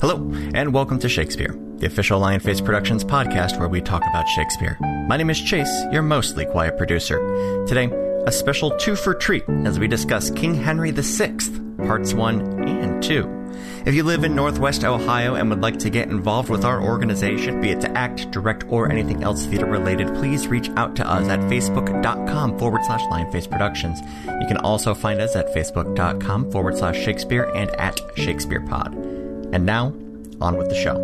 Hello, and welcome to Shakespeare, the official Lion Face Productions podcast where we talk about Shakespeare. My name is Chase, your mostly quiet producer. Today, a special two for treat as we discuss King Henry VI, parts one and two. If you live in Northwest Ohio and would like to get involved with our organization, be it to act, direct, or anything else theater related, please reach out to us at facebook.com forward slash lionface productions. You can also find us at facebook.com forward slash Shakespeare and at Shakespeare Pod. And now, on with the show.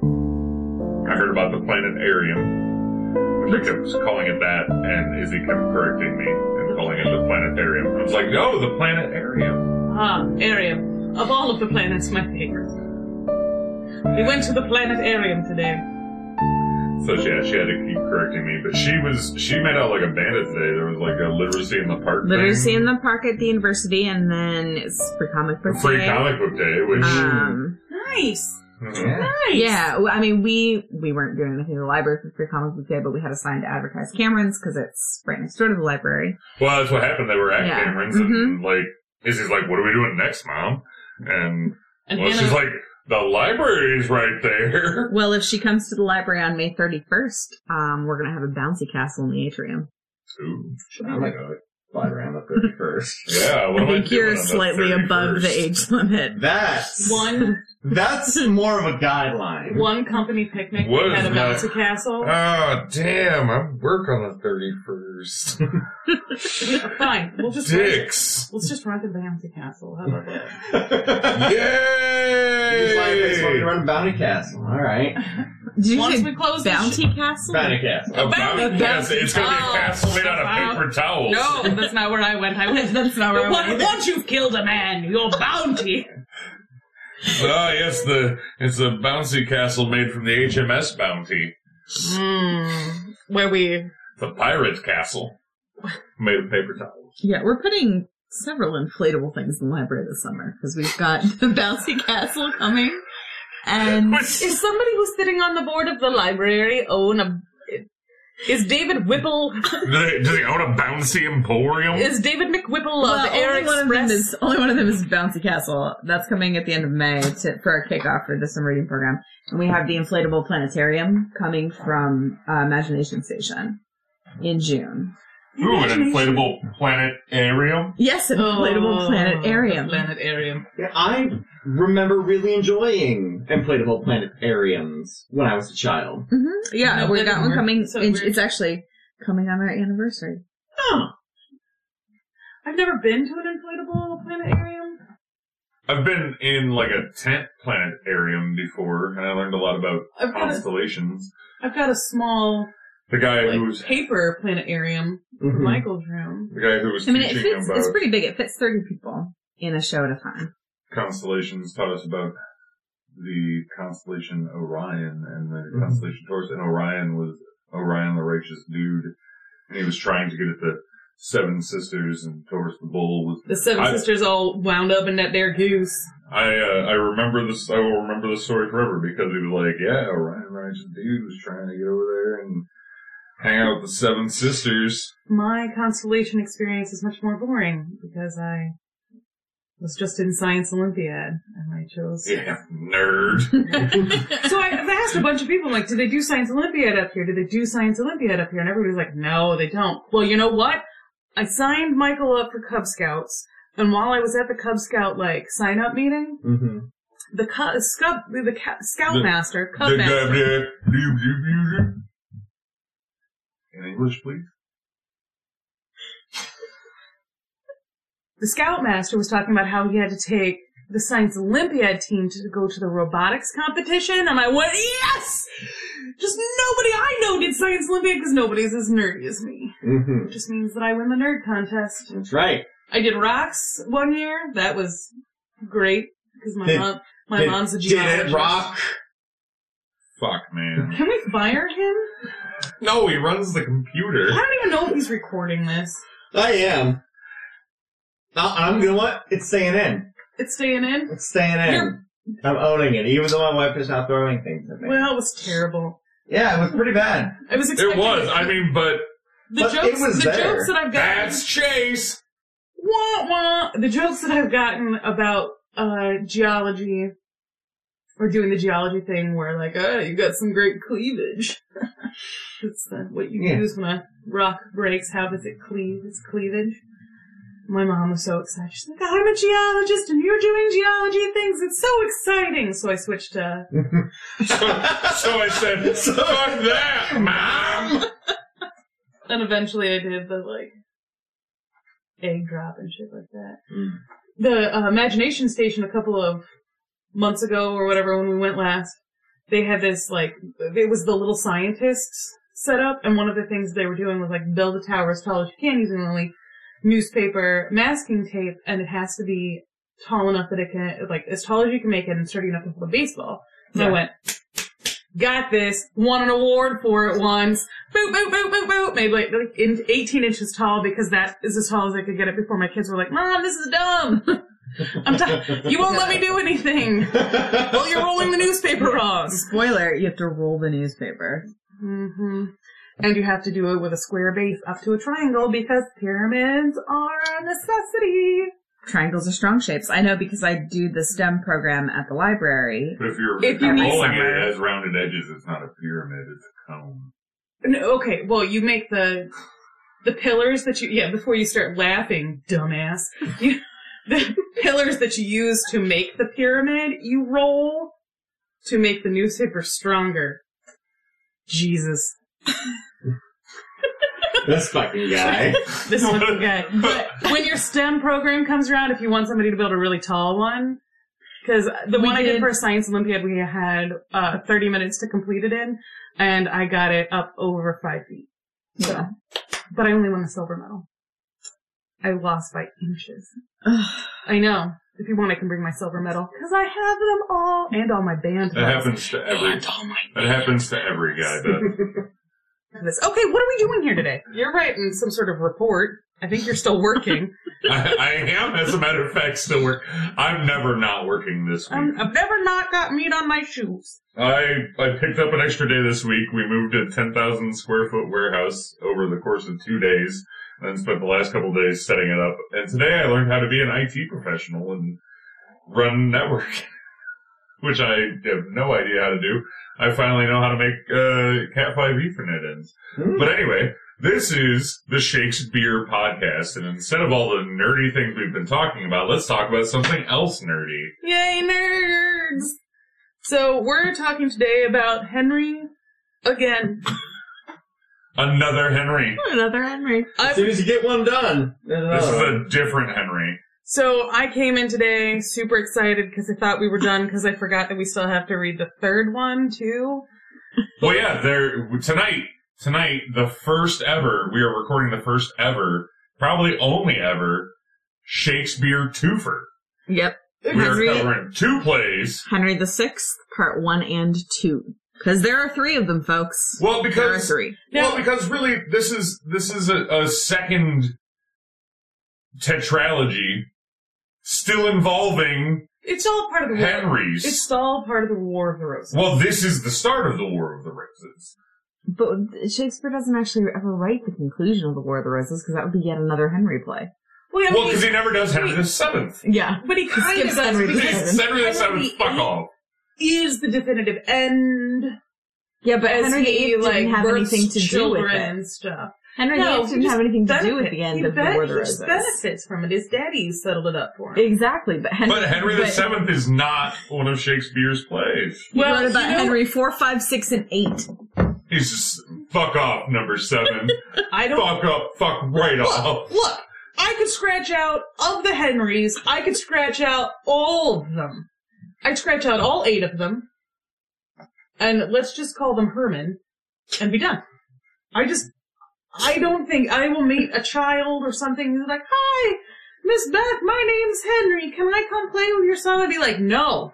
I heard about the planetarium. And I kept calling it that, and Izzy kept correcting me and calling it the planetarium. I was like, no, the planetarium. Ah, Arium. Of all of the planets, my favorite. We went to the planetarium today. So yeah, she had to keep correcting me, but she was she made out like a bandit today. There was like a literacy in the park. literacy in the park at the university, and then it's free comic book thing. free day. comic book day, which Um, Nice. Mhm. Nice. yeah, well, I mean, we we weren't doing anything in the library for free comic book day, but we had a sign to advertise Cameron's because it's right next door to the library. well, that's what happened. They were at Yeah. Mm-hmm. Cameron's, and like Izzy's like, "What are we doing next, mom?" And And well, she's Hannah, like, "The library's right there." Well, if she comes to the library on May 31st, um, we're gonna have a bouncy castle in the atrium. Ooh. I'm like, fly around the 31st. Yeah, what I am think doing you're on the slightly above the 31st? age limit. That's one that's more of a guideline. one company picnic What we is had a that? bouncy castle. Oh, damn. I work on the 31st. Fine, we'll just Dicks. let's just rent the bouncy castle. How about that? Yay! Yay! run Bounty Castle. All right, Did you Once say we close this bounty castle? Bounty Castle. A A bounty bounty castle. It's going to be a towel. castle made out Wow. of paper towels. No, that's not where I went. I went. That's not where I went Once, either. once you've killed a man, you're bounty. Oh, yes, the it's a bouncy castle made from the HMS Bounty. mm, where we It's a pirate castle made of paper towels. Yeah, we're putting several inflatable things in the library this summer because we've got the bouncy castle coming. And Is somebody who's sitting on the board of the library own a? Is David Whipple? Do they, do they own a bouncy emporium? Is David McWhipple well, of Air only one of them Express? is only one of them is bouncy castle. That's coming at the end of May to, for our kickoff for this summer reading program. And we have the inflatable planetarium coming from uh, Imagination Station in June. Ooh, an inflatable planetarium? Yes, an inflatable Oh, planetarium. Planetarium. I remember really enjoying inflatable planetariums when I was a child. Mhm. Yeah, No, we that got didn't one work. coming. So in- weird. it's actually coming on our anniversary. I've never been to an inflatable planetarium. I've been in like a tent planetarium before, and I learned a lot about I've got a, constellations. I've got a small The guy like, who was paper planetarium for Mm-hmm. Mhm. Michael's room. the guy who was I mean, it teaching fits. about It's pretty big. It fits thirty people in a show at a time. constellations taught us about the constellation Orion and the Mhm. constellation Taurus. And Orion was Orion the righteous dude, and he was trying to get at the seven sisters, and Taurus the bull was. The seven I- sisters all wound up in that there goose. I uh, I remember this. I will remember this story forever because he was like, yeah, Orion the righteous dude was trying to get over there and hang out with the seven sisters. My constellation experience is much more boring because I was just in Science Olympiad and I chose. Yeah, nerd. So I, I've asked a bunch of people, like, do they do Science Olympiad up here? Do they do Science Olympiad up here? And everybody's like, no, they don't. Well, you know what? I signed Michael up for Cub Scouts, and while I was at the Cub Scout, like, sign-up meeting, Mhm. the Cub, Scub, the ca- Scoutmaster, The Cub Master, WWE. In English, please. the Scoutmaster was talking about how he had to take the Science Olympiad team to go to the robotics competition, and I went, yes! Just nobody I know did Science Olympiad because nobody's as nerdy as me. Mhm. It just means that I win the nerd contest. That's right. I did rocks one year. That was great because my Did- mom, my did- mom's a Did geologist. it rock? Fuck, man. Can we fire him? No, he runs the computer. I don't even know if he's recording this. I am. I, I'm. You know what? It's staying in. It's staying in. It's staying in. You're- I'm owning it, even though my wife is not throwing things at me. Well, it was terrible. yeah, it was pretty bad. I was. It Expecting was. I mean, but The But it jokes, was the there. jokes that I've gotten, That's Chase. wah, wah, the jokes that I've gotten about uh, geology or doing the geology thing, where like, ah, you got some great cleavage. That's uh, what you Yeah. use when a rock breaks. How does it cleave? It's cleavage. My mom was so excited. She's like, I'm a geologist and you're doing geology things. It's so exciting. So I switched to So, so I said, fuck that, mom. And eventually I did the like egg drop and shit like that. Mm. The uh, imagination station a couple of months ago or whatever when we went last, they had this like it was the little scientists set up and one of the things they were doing was like build a tower as tall as you can using only newspaper masking tape and it has to be tall enough that it can like as tall as you can make it and sturdy enough to hold a baseball. And I Yeah. went, got this, won an award for it once. Boop, boop, boop, boop, boop. Maybe like, like in 18 inches tall because that is as tall as I could get it before my kids were like, Mom, this is dumb. I'm tired. You won't let me do anything. Well, you're rolling the newspaper wrong. Spoiler, you have to roll the newspaper. hmm And you have to do it with a square base up to a triangle because pyramids are a necessity. Triangles are strong shapes. I know because I do the STEM program at the library. But if you're If you need rolling it, somewhere. it has rounded edges. It's not a pyramid. It's a cone. No, okay, well, you make the the pillars that you yeah before you start laughing, dumbass. You, the pillars that you use to make the pyramid, you roll to make the newspaper stronger. Jesus, this fucking guy. this one guy. But when your STEM program comes around, if you want somebody to build a really tall one, because the We one I did did- for a science Olympiad, we had uh, 30 minutes to complete it in, and I got it up over five feet. Yeah. But I only won the silver medal. I lost by inches. I know. If you want, I can bring my silver medal because I have them all and all my band. That happens to every. And all my That happens to every guy. That this. Okay, what are we doing here today? You're writing some sort of report. I think you're still working. I, I am, as a matter of fact, still work. I'm never not working this week. um, I've never not got meat on my shoes. I I picked up an extra day this week. We moved a 10,000 square foot warehouse over the course of two days, and then spent the last couple days setting it up. And today I learned how to be an IT professional and run network, which I have no idea how to do. I finally know how to make uh, Cat 5 Ethernet ends. But anyway, this is the Shakespeare podcast, and instead of all the nerdy things we've been talking about, let's talk about something else nerdy. Yay, nerds! So we're talking today about Henry again. Another Henry. Another Henry. As soon as you get one done, there's This another is one. a different Henry. So I came in today super excited because I thought we were done because I forgot that we still have to read the third one too. Well, yeah, there tonight. Tonight, the first ever. We are recording the first ever, probably only ever, Shakespeare twofer. Yep. We Henry. are covering two plays. Henry the Sixth, Part One and Two. Because there are three of them, folks. Well, there are because three. well, because really, this is this is a, a second tetralogy, still involving It's all part of the war. Henrys. It's all part of the War of the Roses. well, this is the start of the War of the Roses. But Shakespeare doesn't actually ever write the conclusion of the War of the Roses because that would be yet another Henry play. Well, yeah, Well, he- because he never does Henry the Seventh. Yeah. but he kind of skips does Henry the because Seventh. Henry the Seventh, fuck off. is the definitive end. Yeah, but as Henry he, VIII didn't like, have births anything to do with children it. and stuff. Henry VIII he didn't just have anything to do benefit- with the end he of the ben- War of the he just Roses. benefits from it. His daddy settled it up for him. Exactly, but Henry. But Henry the but Seventh is not one of Shakespeare's plays. He Well, wrote about you know- Henry four, five, six, and eight. He's just fuck off number seven. I don't fuck up, fuck right off. look. I could scratch out of the Henrys. I could scratch out all of them. I'd scratch out all eight of them, and let's just call them Herman, and be done. I just, I don't think I will meet a child or something who's like, "Hi, Miss Beth, my name's Henry. Can I come play with your son?" I'd be like, "No,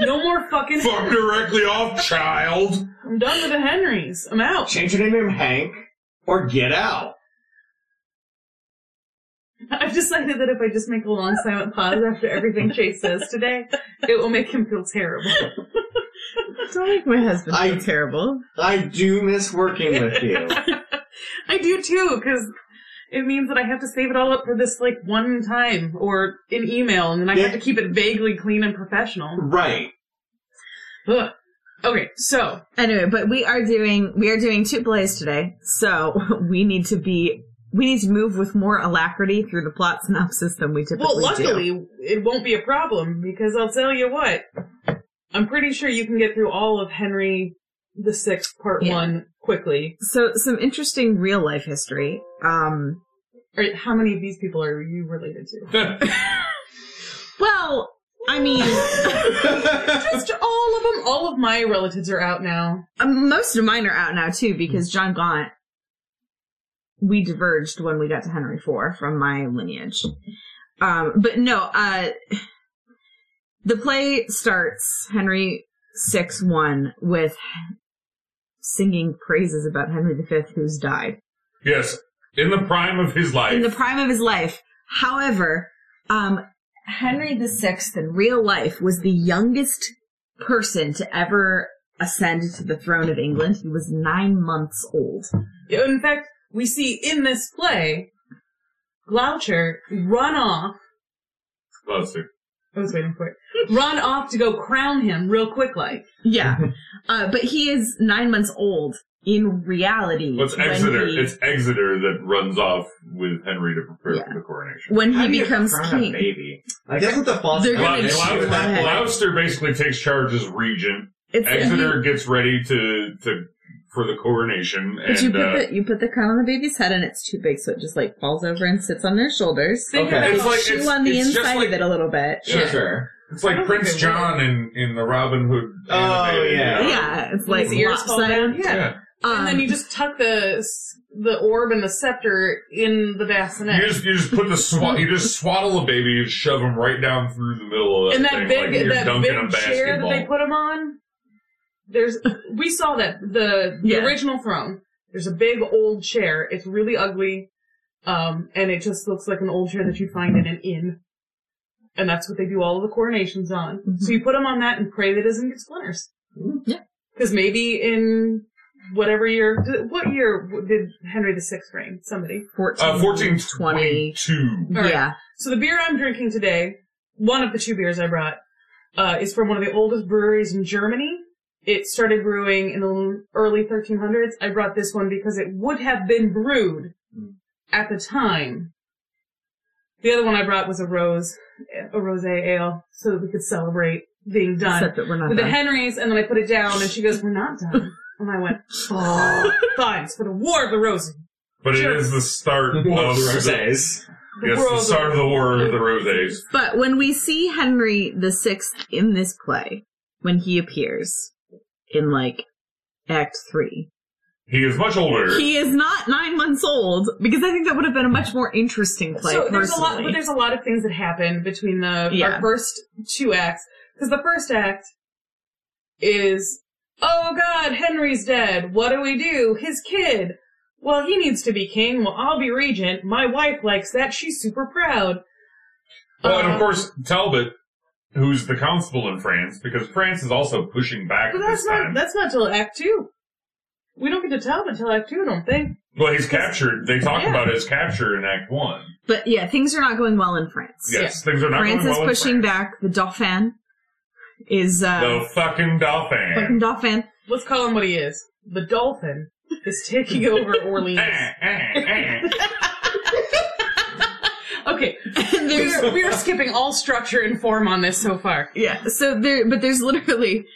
no more fucking. Fuck directly off, child. I'm done with the Henrys. I'm out." Change your name to Hank or get out. I've decided that if I just make a long silent pause after everything Chase says today, it will make him feel terrible. Don't make my husband I- terrible. I do miss working with you. I do too, because it means that I have to save it all up for this like one time or an email, and then I have to keep it vaguely clean and professional. Right. Ugh. Okay, so Anyway, but we are doing we are doing two plays today, so we need to be we need to move with more alacrity through the plot synopsis than we typically well, do. luckily it won't be a problem because I'll tell you what, I'm pretty sure you can get through all of Henry the Sixth Part Yeah. One quickly. So some interesting real life history. Um, All right, how many of these people are you related to? well, I mean, Just all of them. All of my relatives are out now. um, most of mine are out now too because John Gaunt. We diverged when we got to Henry IV from my lineage, um, but no. Uh, the play starts Henry six one with singing praises about Henry V, who's died. Yes, in the prime of his life. in the prime of his life. However, um, Henry VI in real life was the youngest person to ever ascend to the throne of England. He was nine months old. In fact, we see in this play Gloucher run off. Let's see. I was waiting for it. Run off to go crown him real quick, like. Yeah. uh, but he is nine months old in reality. Well, it's when Exeter. he- It's Exeter that runs off with Henry to prepare Yeah. for the coronation. when How he do you becomes crown a king. baby. Like, doesn't the They're foster gonna Gloucester Well, family- choose that. Gloucester basically takes charge as regent. It's Exeter gets ready to to for the coronation, But you and put uh, the you put the crown on the baby's head and it's too big, so it just like falls over and sits on their shoulders. Think Okay. about It's like- Chew on the it's just inside like- of it a little bit. Sure, sure. it's like Prince John in in the Robin Hood. Oh, animated, yeah. you know? Yeah, it's when like his ears fall lopsided. down. Yeah. Yeah. and Um, then you just tuck the s- the orb and the scepter in the bassinet. You just you just put the swa- you just swaddle a baby and shove him right down through the middle of that and that thing, big like you're that dunking a big chair that basketball. they put him on. There's we saw that the, the Yeah. original throne. There's a big old chair. It's really ugly, um, and it just looks like an old chair that you'd find in an inn. And that's what they do all of the coronations on. Mhm. So you put him on that and pray that it doesn't get splinters. Yeah. Because maybe in whatever year, what year did Henry VI reign? Somebody. 14, uh, 14, 20. 22. All right. Yeah. So the beer I'm drinking today, one of the two beers I brought, uh, is from one of the oldest breweries in Germany. It started brewing in the early 1300s. I brought this one because it would have been brewed at the time. The other one I brought was a rose, a rosé ale, so that we could celebrate being done Except that we're not with the done. Henrys. And then I put it down, and she goes, "We're not done." And I went, "Oh, fine, it's for the War of the Roses." But Sure. it is the start of Well, the- says. The Yes, War the of start of the War of the Roses. But when we see Henry the Sixth in this play, when he appears in like Act Three, He is much older. he is not nine months old because I think that would have been a much more interesting play. so there's a lot, but personally. there's a lot of things that happen between the Yeah. our first two acts because the first act is oh god Henry's dead what do we do his kid well he needs to be king well I'll be regent my wife likes that she's super proud Well, and Uh, of course, Talbot, who's the constable in France, because France is also pushing back but at that's this not time. that's not till act two we don't get to tell him until act two I don't think well, he's captured. They talk Yeah. about his capture in Act 1. But yeah, things are not going well in France. Yes, things are not France going is well in pushing France. back. The Dauphin is uh, The fucking Dauphin. fucking Dauphin. let's call him what he is the dolphin is taking over Orleans Eh, eh, eh. okay And We there's are, we are skipping all structure and form on this so far. Yeah. So there, but there's literally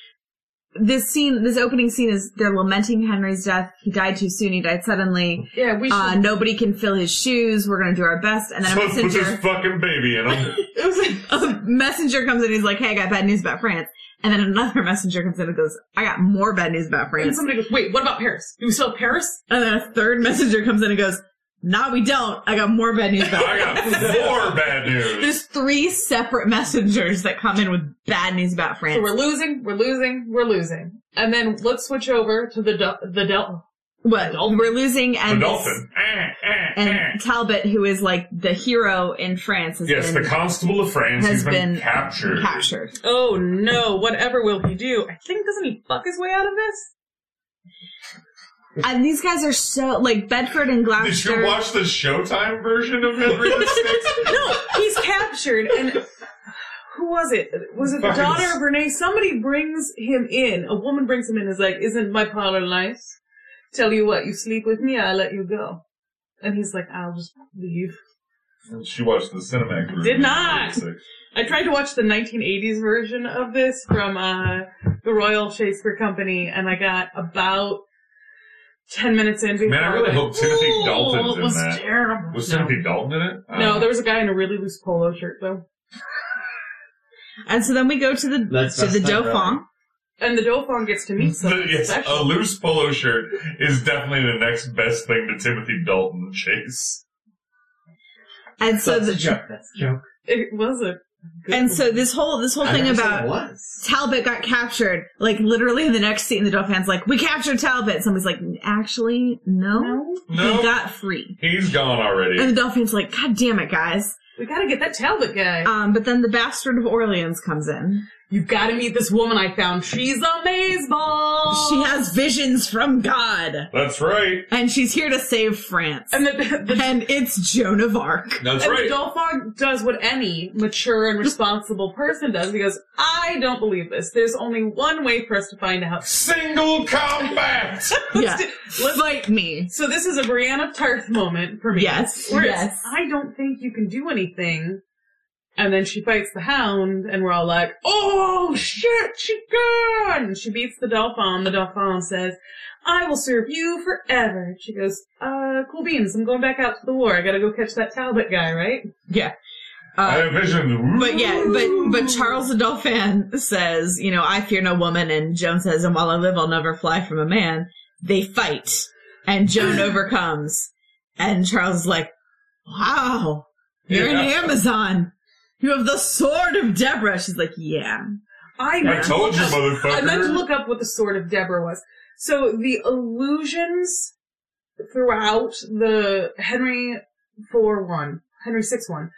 this scene. This opening scene is they're lamenting Henry's death. He died too soon. He died suddenly. Yeah, we should. Uh, nobody can fill his shoes. We're gonna do our best. And then a Let's put this messenger, fucking baby in him. it was like, a messenger comes in. He's like, "Hey, I got bad news about France." And then another messenger comes in and goes, "I got more bad news about and France." somebody goes, wait, what about Paris? Do we still have Paris? And then a third messenger comes in and goes, "Nah, we don't. I got more bad news about." I France." got more bad news. There's three separate messengers that come in with bad news about France. So we're losing, we're losing, we're losing. And then let's switch over to the del- the del- what? Dolphin. We're losing The and this- Dolphin. Eh, eh, eh. and Talbot, who is like the hero in France, has Yes, been the constable of France has has been, been captured. captured. Oh no, whatever will he do? I think doesn't he fuck his way out of this? And these guys are so like Bedford and Did you Gloucester. watch the Showtime version of Henry the Sixth? No, he's captured and who was it? Was it the Fucking- daughter of Renee? Somebody brings him in. A woman brings him in and is like, Isn't my parlor nice? Tell you what, you sleep with me, I'll let you go. And he's like, I'll just leave. She watched the Cinemax version. Did of not. Henry the Sixth. I tried to watch the 1980s version of this from uh, the Royal Shakespeare Company, and I got about 10 minutes in. Before Man, I really was hope Timothy "Ooh, Dalton's it in was that." terrible. Was no. Timothy Dalton in it? Uh, No, there was a guy in a really loose polo shirt though, and so then we go to the That's- to the that's not Dauphin. right. and the Dauphin gets to meet someone yes, oh. a special. loose polo shirt is definitely the next best thing to Timothy Dalton chase. And so That's a the, joke. That's a joke. It was a good and so this whole this whole I thing never said about it was. Talbot got captured. Like literally in the next scene, the Dauphin's like, "We captured Talbot." Somebody's like, "Actually, no, No, he No, got free." he's gone already. And the Dauphin's like, "God damn it, guys!" we gotta get that Talbot guy. Um, but then the bastard of Orleans comes in. you gotta meet this woman I found. She's amazing. She has visions from God, That's right. and she's here to save France. and the, the and it's Joan of Arc. That's and right. the Dolphog does what any mature and responsible person does. He goes, I don't believe this. There's only one way for us to find out. Single combat. Yeah. Let's- Fight me. So this is a Brianna Tarth moment for me. Yes, Where it's, yes. I don't think you can do anything. And then she fights the hound, and we're all like, oh shit, she gone! She beats the Dauphin. The Dauphin says, I will serve you forever. She goes, uh, cool beans, I'm going back out to the war. I gotta go catch that Talbot guy, right? Yeah. I Uh, have visions. Woo. but yeah, but but Charles the Dauphin says, you know, I fear no woman, and Joan says, and while I live, I'll never fly from a man. They fight, and Joan overcomes, and Charles is like, wow, you're an Yeah. Amazon. You have the sword of Deborah. She's like, yeah. I I meant to told look you, up- motherfucker. I meant to look up what the Sword of Deborah was. So the illusions throughout the Henry four one, Henry six one,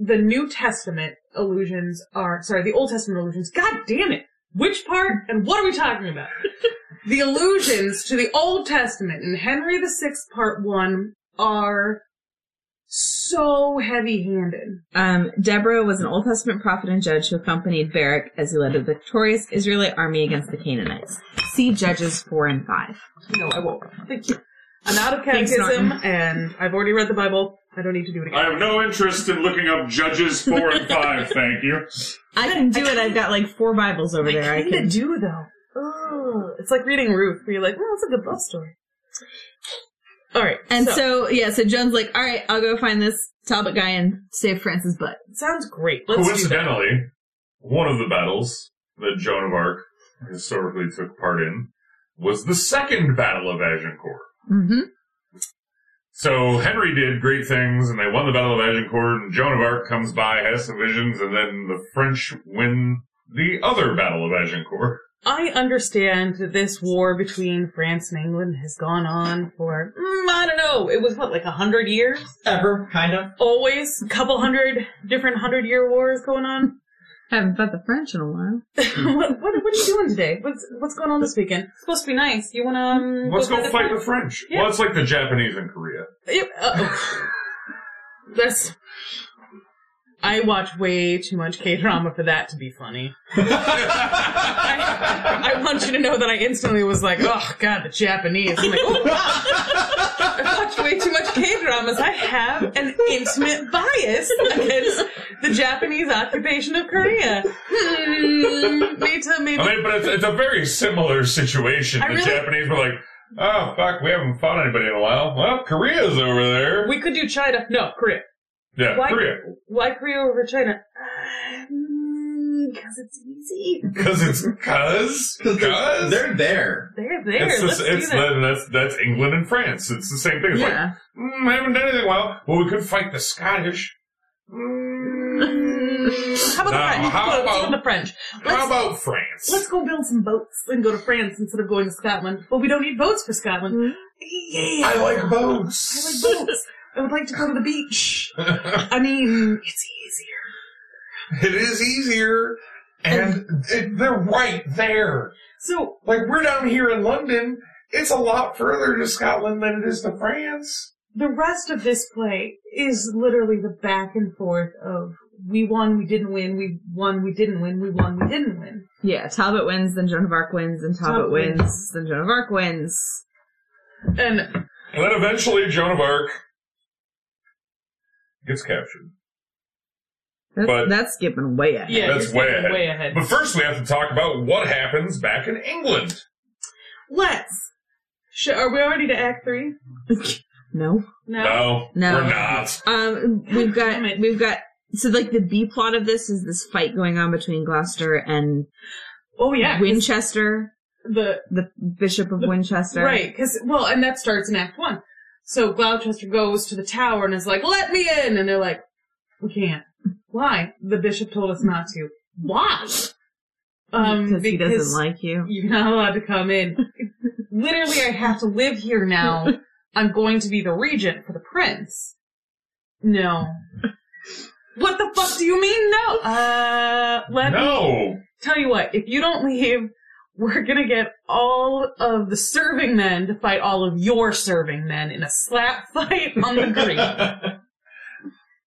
the New Testament illusions are sorry, the Old Testament illusions. God damn it! Which part and what are we talking about? the allusions to the Old Testament in Henry the Sixth Part One are so heavy-handed. Um, Deborah was an Old Testament prophet and judge who accompanied Barak as he led a victorious Israelite army against the Canaanites. See Judges 4 and 5. No, I won't. Thank you. I'm out of Thanks, catechism, Norton. and I've already read the Bible. I don't need to do it again. I have no interest in looking up judges four and five. Thank you. I can do it. I've got like four Bibles over I there. I kinda can. do though. Ugh. It's like reading Ruth, where you're like, "Oh, that's a good love story." All right, And so, yeah, so Joan's like, all right, I'll go find this Talbot guy and save France's butt. sounds great. Let's do that. Coincidentally, one of the battles that Joan of Arc historically took part in was the second Battle of Agincourt. Mm-hmm. So Henry did great things, and they won the Battle of Agincourt. And Joan of Arc comes by, has some visions, and then the French win the other Battle of Agincourt. I understand that this war between France and England has gone on for mm, I don't know. It was what like a hundred years. Ever, kind of. Always a couple hundred different hundred year wars going on. Haven't fought the French in a while. what, what what are you doing today? What's what's going on this weekend? It's supposed to be nice. You wanna um, Let's go the fight French? the French. Yeah. Well, it's like the Japanese in Korea. Yep. Uh-oh. That's. I watch way too much K drama for that to be funny. I, I want you to know that I instantly was like, oh god, the Japanese. I'm like, oh wow. I watch way too much K dramas. I have an intimate bias against the Japanese occupation of Korea. Hmm, me too, maybe. I mean, but it's, it's a very similar situation. I the really- Japanese were like, "Oh fuck, we haven't fought anybody in a while. Well, Korea's over there. we could do China. No, Korea. yeah, Why Korea, Why Korea over China? Uh, hmm, Because it's easy. because it's cause They're, cause they're there. They're there. It's, the- Let's it's do that. the- that's that's England and France. It's the same thing. It's like, Yeah. mm, I haven't done anything well. Well, we could fight the Scottish. Mm, Mm, How now, about the French? How Let's about, go to the French. Let's, how about France? let's go build some boats and go to France instead of going to Scotland. Well, we don't need boats for Scotland. Yeah, I like I boats. like boats. I would like to go to the beach. I mean, it's easier. it is easier, and it, they're right there. So Like we're down here in London, It's a lot further to Scotland than it is to France. the rest of this play is literally the back and forth of we won, we didn't win, we won, we didn't win, we won, we didn't win. Yeah, Talbot wins, then Joan of Arc wins, then Talbot Talbot wins. wins, then Joan of Arc wins. And And then eventually Joan of Arc gets captured. That's, But- that's skipping way ahead. yeah, That's you're way thinking ahead. Way ahead. But first we have to talk about what happens back in England. Let's. Sh- are we already to Act Three? No. No. No, No. we're not. Um, we've Damn got it. we've got so like the B plot of this is this fight going on between Gloucester and Oh yeah. 'cause Winchester, The the Bishop of Winchester. right because well, and that starts in Act One. So Gloucester goes to the tower and is like, "Let me in," and they're like, "We can't." Why? The bishop told us not to. Why? Um, because he because- doesn't like you. You're not allowed to come in. Literally, I have to live here now. I'm going to be the regent for the prince. No. What the fuck do you mean no? Uh, let me No. tell you what. If you don't leave, we're gonna get all of the serving men to fight all of your serving men in a slap fight on the green.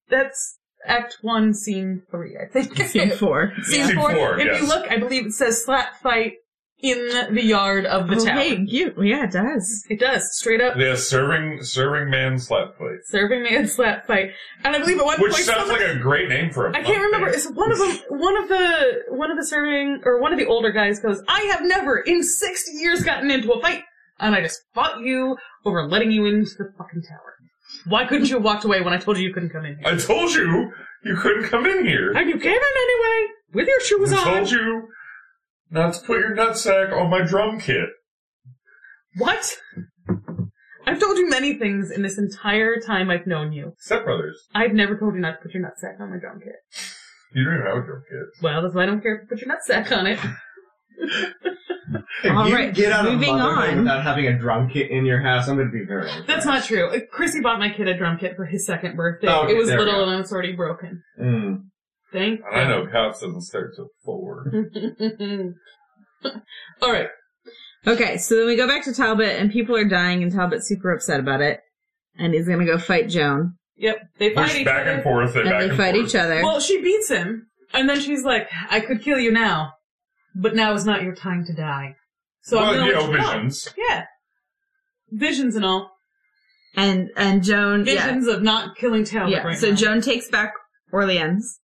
That's Act 1, Scene 3, I think. Scene four. Scene Scene four. four, if yes. you look, I believe it says slap fight in the yard of the oh, tower. hey, cute. Yeah, it does. It does, straight up. Yeah, serving serving man slap fight. Serving man slap fight. And I believe at one Which point sounds someone- like a great name for a I can't mukbang. remember. It's one of them. One of the one of the serving or one of the older guys goes, "I have never in sixty years gotten into a fight, and I just fought you over letting you into the fucking tower. Why couldn't you have walked away when I told you you couldn't come in here? I told you you couldn't come in here. And you came in anyway with your shoes I on. told you not to put your nutsack on my drum kit. What? I've told you many things in this entire time I've known you. Step Brothers. I've never told you not to put your nutsack on my drum kit. You don't even have a drum kit. Well, that's why I don't care if you put your nutsack on it. If All you right, get out moving of motherhood on. without having a drum kit in your house, I'm going to be very. angry. That's not true. Uh, Chrissy bought my kid a drum kit for his second birthday. Oh, okay, it was there we little go. and it was already broken. Mm. Thank And I know cops doesn't start till four. Mm-hmm. know. All right. Okay, so then we go back to Talbot, and people are dying, and Talbot's super upset about it, and he's gonna go fight Joan, Yep. They fight Push each back other. and forth. They and back they and fight forth. each other. Well, she beats him, and then she's like, "I could kill you now, but now is not your time to die." So I'm Well, gonna you let know, you go." visions. Yeah. Visions and all. and and Joan, yeah, Visions of not killing Talbot yeah. right so now. Joan takes back Orleans,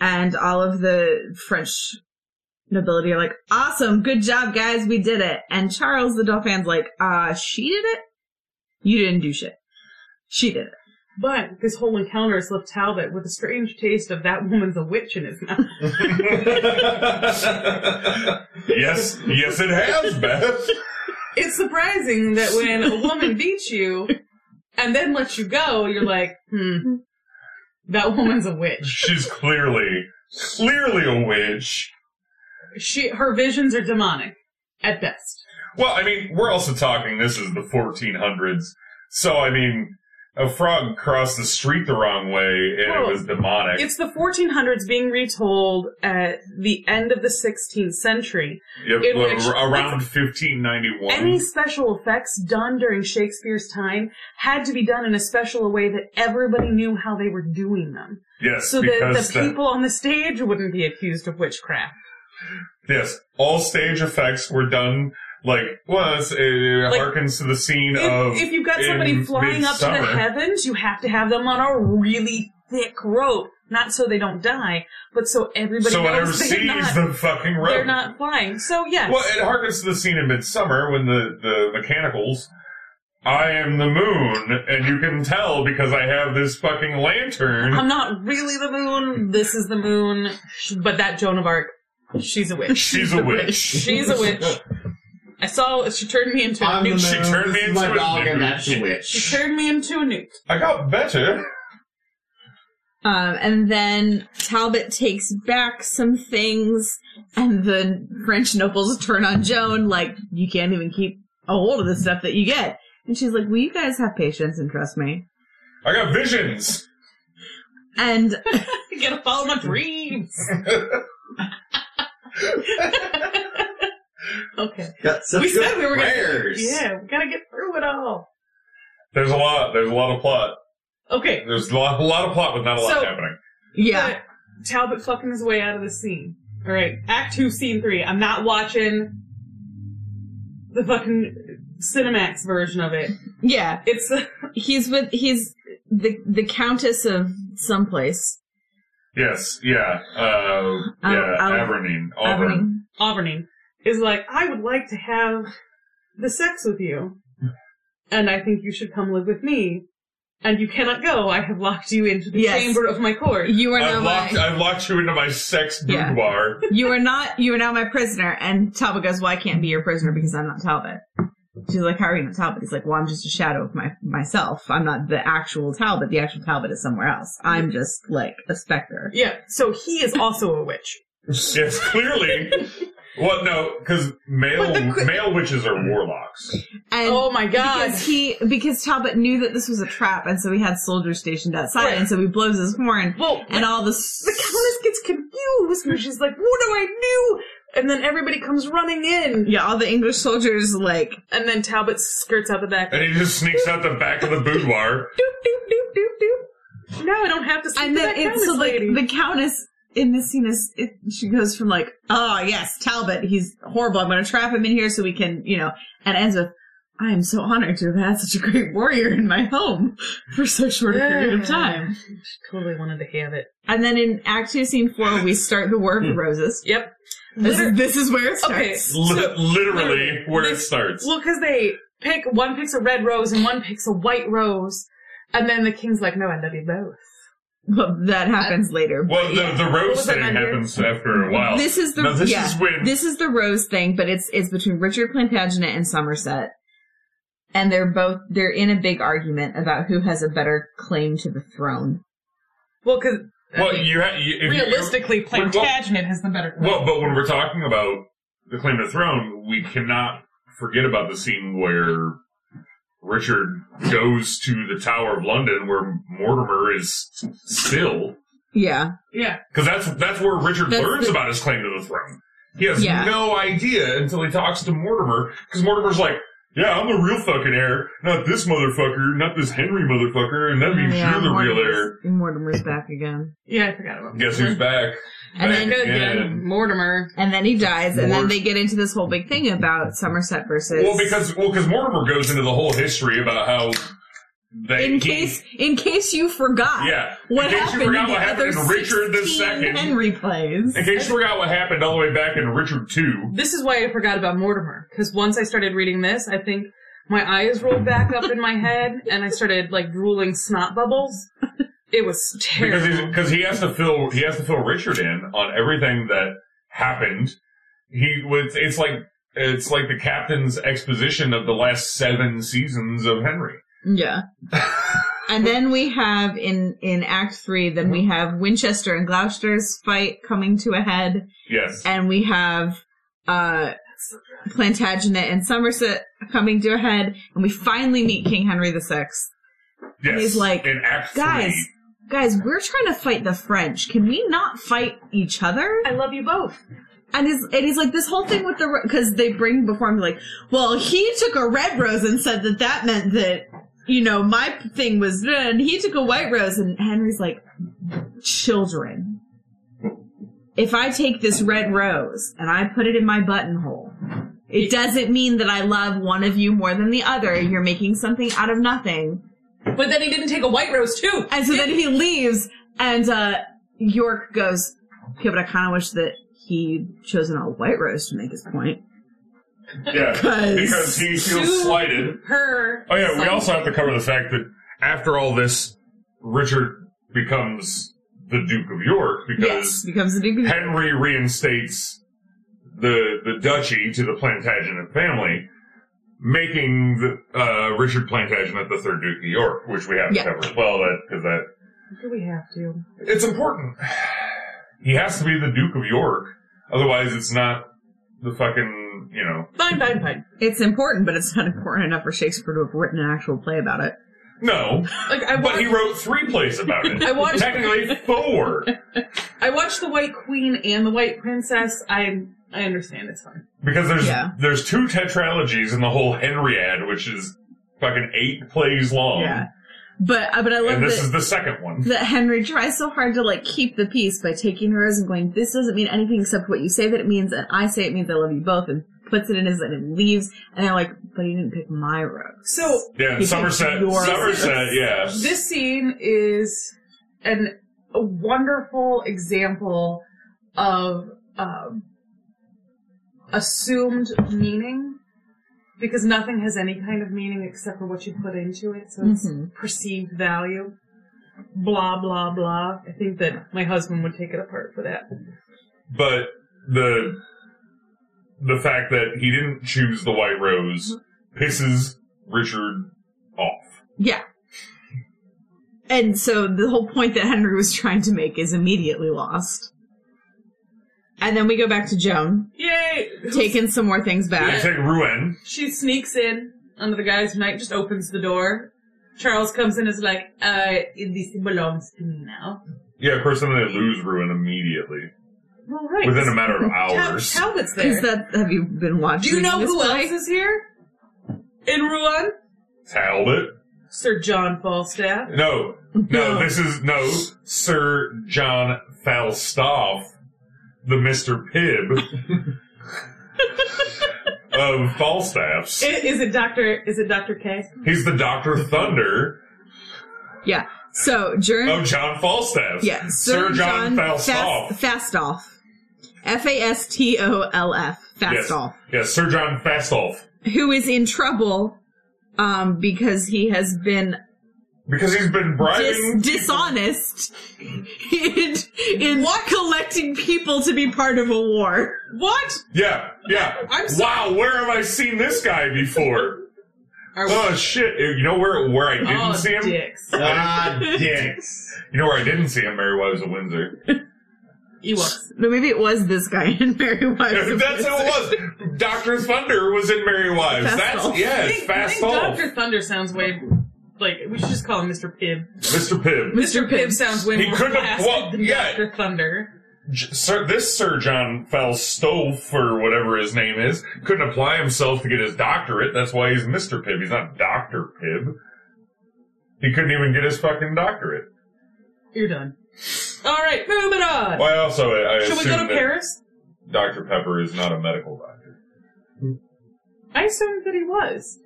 and all of the French nobility are like, "Awesome, good job, guys, we did it." And Charles the Dauphin's like, "Uh, she did it. You didn't do shit. She did it." But this whole encounter has left Talbot with a strange taste of that woman's a witch in his mouth. yes, yes, it has, Beth. it's surprising that when a woman beats you and then lets you go, you're like, hmm, that woman's a witch. She's clearly, clearly a witch. She, her visions are demonic at best. Well, I mean, we're also talking. This is the 1400s, so I mean, a frog crossed the street the wrong way, and Well, it was demonic. Oh, It's the 1400s being retold at the end of the 16th century. Yep, in well, which- ar- around 1591. Any special effects done during Shakespeare's time had to be done in a special way that everybody knew how they were doing them. yes, So that because the people on the stage wouldn't be accused of witchcraft. yes, all stage effects were done like well, it's, it, it Like, harkens to the scene of If, if you've got somebody in flying up to Midsummer. the heavens, you have to have them on a really thick rope. Not so they don't die, but so everybody so whenever knows they're sees not, the fucking rope. they're not flying. So yes. Well, it harkens to the scene in Midsummer when the, the mechanicals, I am the moon, and you can tell because I have this fucking lantern. I'm not really the moon. This is the moon. But that Joan of Arc, she's a witch. She's a witch. She's a witch. I saw she turned me into a I'm the newt. She man. turned me this is into my a dog, newt. and that's a She witch. turned me into a newt. I got better. Um, and then Talbot takes back some things, and the French nobles turn on Joan, like, you can't even keep a hold of the stuff that you get. And she's like, Will you guys have patience and trust me? I got visions. And You gotta follow my dreams. I Okay. Got such We good said we were gonna- prayers. Yeah, we gotta get through it all. There's a lot. There's a lot of plot. Okay. There's a lot, a lot of plot, but not a lot So- happening. Yeah. But Talbot fucking his way out of the scene. Alright, Act 2, Scene 3. I'm not watching the fucking Cinemax version of it. Yeah. It's He's with he's the the Countess of someplace. Yes. Yeah. Uh, yeah. um, Al- Aberdeen. Auburn. Aberdeen. Auburning is like, I would like to have the sex with you. And I think you should come live with me. And you cannot go. I have locked you into the Yes. chamber of my court. You are now I've my locked. I've locked you into my sex Yeah. boudoir. you are not you are now my prisoner. And Talbot goes, Well, I can't be your prisoner because I'm not Talbot. She's like, How are you not Talbot? He's like, Well, I'm just a shadow of my myself. I'm not the actual Talbot. The actual Talbot is somewhere else. I'm just like a specter. Yeah, so he is also a witch. yes, clearly. Well, no, because male But the que- male witches are warlocks. And Oh my god. Because he because Talbot knew that this was a trap, and so he had soldiers stationed outside, Right. and so he blows his horn, well, and all the the countess gets confused and she's like, what do I do? And then everybody comes running in. yeah, all the English soldiers like And then Talbot skirts out the back. And he just sneaks out the back of the boudoir. doop doop doop doop doop, No, I don't have to sleep and with then that it's countess so, like lady. the countess in this scene is it, she goes from like oh yes Talbot he's horrible I'm going to trap him in here so we can you know and ends with. I am so honored to have had such a great warrior in my home for so short a period of time. She totally wanted to have it. And then in Act Two, Scene Four, we start the War of the Roses. Yep. This is, this is where it starts. Okay. Li- literally where it This- starts. Well, because they pick one picks a red rose and one picks a white rose, and then the king's like, "No, I love you both." Well, that happens Uh, later. Well, the, the rose was that thing under? happens after a while. This is the Oh. No, this yeah, is when this is the Rose thing, but it's it's between Richard Plantagenet and Somerset, and they're both they're in a big argument about who has a better claim to the throne. Well, because well, you, ha- you if realistically, well- Plantagenet has the better. You, well, but when we're talking about the claim to the throne, we cannot forget about the scene where Richard goes to the Tower of London, where Mortimer is still Yeah, yeah, because that's that's where Richard That's learns the- about his claim to the throne. He has Yeah. no idea until he talks to Mortimer, because Mortimer's like. Yeah, I'm the real fucking heir, not this motherfucker, not this Henry motherfucker, and that means yeah, you're the real heir. Mortimer's, Mortimer's back again, yeah. I forgot about. Guess who's back? Back and then again. Mortimer. and then he dies, and then Mort- they get into this whole big thing about Somerset versus. Well, because well, because Mortimer goes into the whole history about how they in he- case in case you forgot, yeah, what in case happened? you forgot in what the happened other in Richard the 16 Second, Henry plays. in case you forgot what happened all the way back in Richard Two, This is why I forgot about Mortimer. Because once I started reading this, I think my eyes rolled back up in my head, and I started like drooling snot bubbles. It was because terrible. because he has to fill he has to fill Richard in on everything that happened. He was it's like it's like the captain's exposition of the last seven seasons of Henry. Yeah. and then we have in in Act Three. Then we have Winchester and Gloucester's fight coming to a head, Yes, and we have uh Plantagenet and Somerset coming to a head, and we finally meet King Henry the Sixth. yes. he's like, in Act Guys, Three. guys, we're trying to fight the French. Can we not fight each other? I love you both. And he's, and he's like, this whole thing with the, because they bring before him, like, well, he took a red rose and said that that meant that, you know, my thing was, and he took a white rose. And Henry's like, children, if I take this red rose and I put it in my buttonhole, it doesn't mean that I love one of you more than the other. You're making something out of nothing. But then he didn't take a white rose too. And so then he leaves, and uh, York goes, "Okay, but I kind of wish that he'd chosen a white rose to make his point." yeah, because- because he feels slighted. Her. Oh yeah, we also have to cover the fact that after all this, Richard becomes the Duke of York because becomes the Duke. Of- Henry reinstates the the duchy to the Plantagenet family, making the, uh, Richard Plantagenet the third Duke of York, which we have Yeah. to cover as well. That because that Do we have to? it's important. He has to be the Duke of York, otherwise it's not the fucking you know Fine, fine, fine. it's important, but it's not important enough for Shakespeare to have written an actual play about it. no. Like I But he watched, wrote three plays about it. I watched- technically four. I watched the White Queen and the White Princess. I I understand. It's fine. Because there's Yeah. there's two tetralogies in the whole Henriad, which is fucking eight plays long. Yeah. But uh, but I love And that, this is the second one. that Henry tries so hard to like keep the peace by taking hers and going, This doesn't mean anything except what you say that it means and I say it means I love you both and puts it in his and it leaves and they're like, But he didn't pick my rose. So Yeah, Because Somerset. yours- Somerset, yeah. This scene is an, a wonderful example of um, assumed meaning because nothing has any kind of meaning except for what you put into it, so it's Mhm. perceived value. Blah blah blah. I think that my husband would take it apart for that. but the the fact that he didn't choose the white rose pisses Richard off. Yeah. And so the whole point that Henry was trying to make is immediately lost. And then we go back to Joan, Yay! taking some more things They back. take Rouen. She sneaks in under the guy's night, just opens the door. Charles comes in and is like, uh, this belongs to me now. Yeah, of course, and then they lose Ruin immediately Well, right. within a matter of Tal- hours. Talbot's there. Is that have you been Do watching? you know this who play? else is here? In Rouen? Talbot. Sir John Falstaff. No, no, this is no Sir John Falstaff, the Mister Pibb of Falstaffs. I- Is it Doctor? Is it Doctor K? He's the Doctor Thunder Yeah. So during of John Falstaff. yeah, Oh, Sir, John, Falstaff. Fast, Fastoff. F A S T O L F. yes. Fastoff. yes, Sir John Fastoff, Who is in trouble um because he has been because he's been bribing. dis- dishonest in, in collecting people to be part of a war. What? yeah, yeah. I'm wow, where have I seen this guy before? Are Oh shit! You know where where I didn't oh, see him? dicks. Ah, dicks. You know where I didn't see him? Mary Wives of Windsor. Ewoks. No, maybe it was this guy in Mary Wives. of That's how Windsor. it was. Doctor Thunder was in Merry Wives. Fast That's off. yeah, I it's think, fast off. Doctor Thunder sounds way like we should just call him Mr. Pibb. Mr. Pibb. Mr. Pibb sounds way He more couldn't have- plastic well, than yeah. Doctor Thunder. J- Sir, this Sir John Falstolf or whatever his name is couldn't apply himself to get his doctorate. That's why he's Mr. Pibb. He's not Doctor Pibb. He couldn't even get his fucking doctorate. You're done. All right, moving on. Well, I also I, I Should assume we go to that Paris? Dr. Pepper is not a medical doctor. I assumed that he was.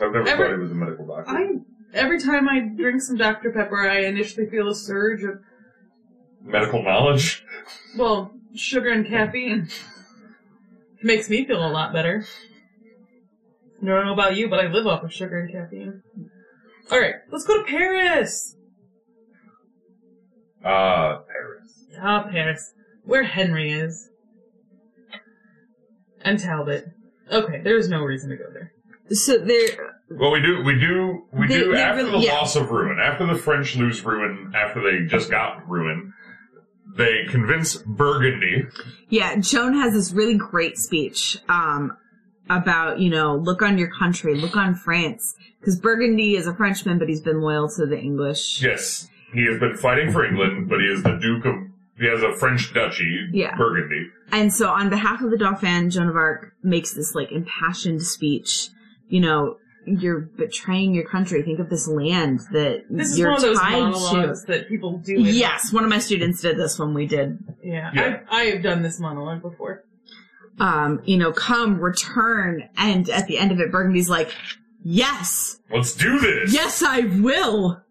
I've never Ever- thought he was a medical doctor. I every time I drink some Dr Pepper, I initially feel a surge of medical knowledge. well sugar and caffeine. Makes me feel a lot better. I don't know about you, but I live off of sugar and caffeine. All right, let's go to Paris. Ah, Paris. Ah, Paris, where Henry is, and Talbot. Okay, there is no reason to go there. So there, Well, we do, we do, we They- do. they after really- the yeah. loss of Ruin, after the French lose Ruin, after they just got Ruin, they convince Burgundy. yeah, Joan has this really great speech um, about you know, look on your country, look on France, because Burgundy is a Frenchman, but he's been loyal to the English. Yes, he has been fighting for England, but he is the Duke of. He has a French duchy, Yeah. Burgundy. And so, on behalf of the Dauphin, Joan of Arc makes this like impassioned speech. You know, you're betraying your country. Think of this land that This is you're one of those tied monologues to. that people do. in- Yes, one of my students did this when we did. yeah. Yeah. I, I have done this monologue before. Um, you know, come return, and at the end of it, Burgundy's like, "Yes, Let's do this. yes, I will."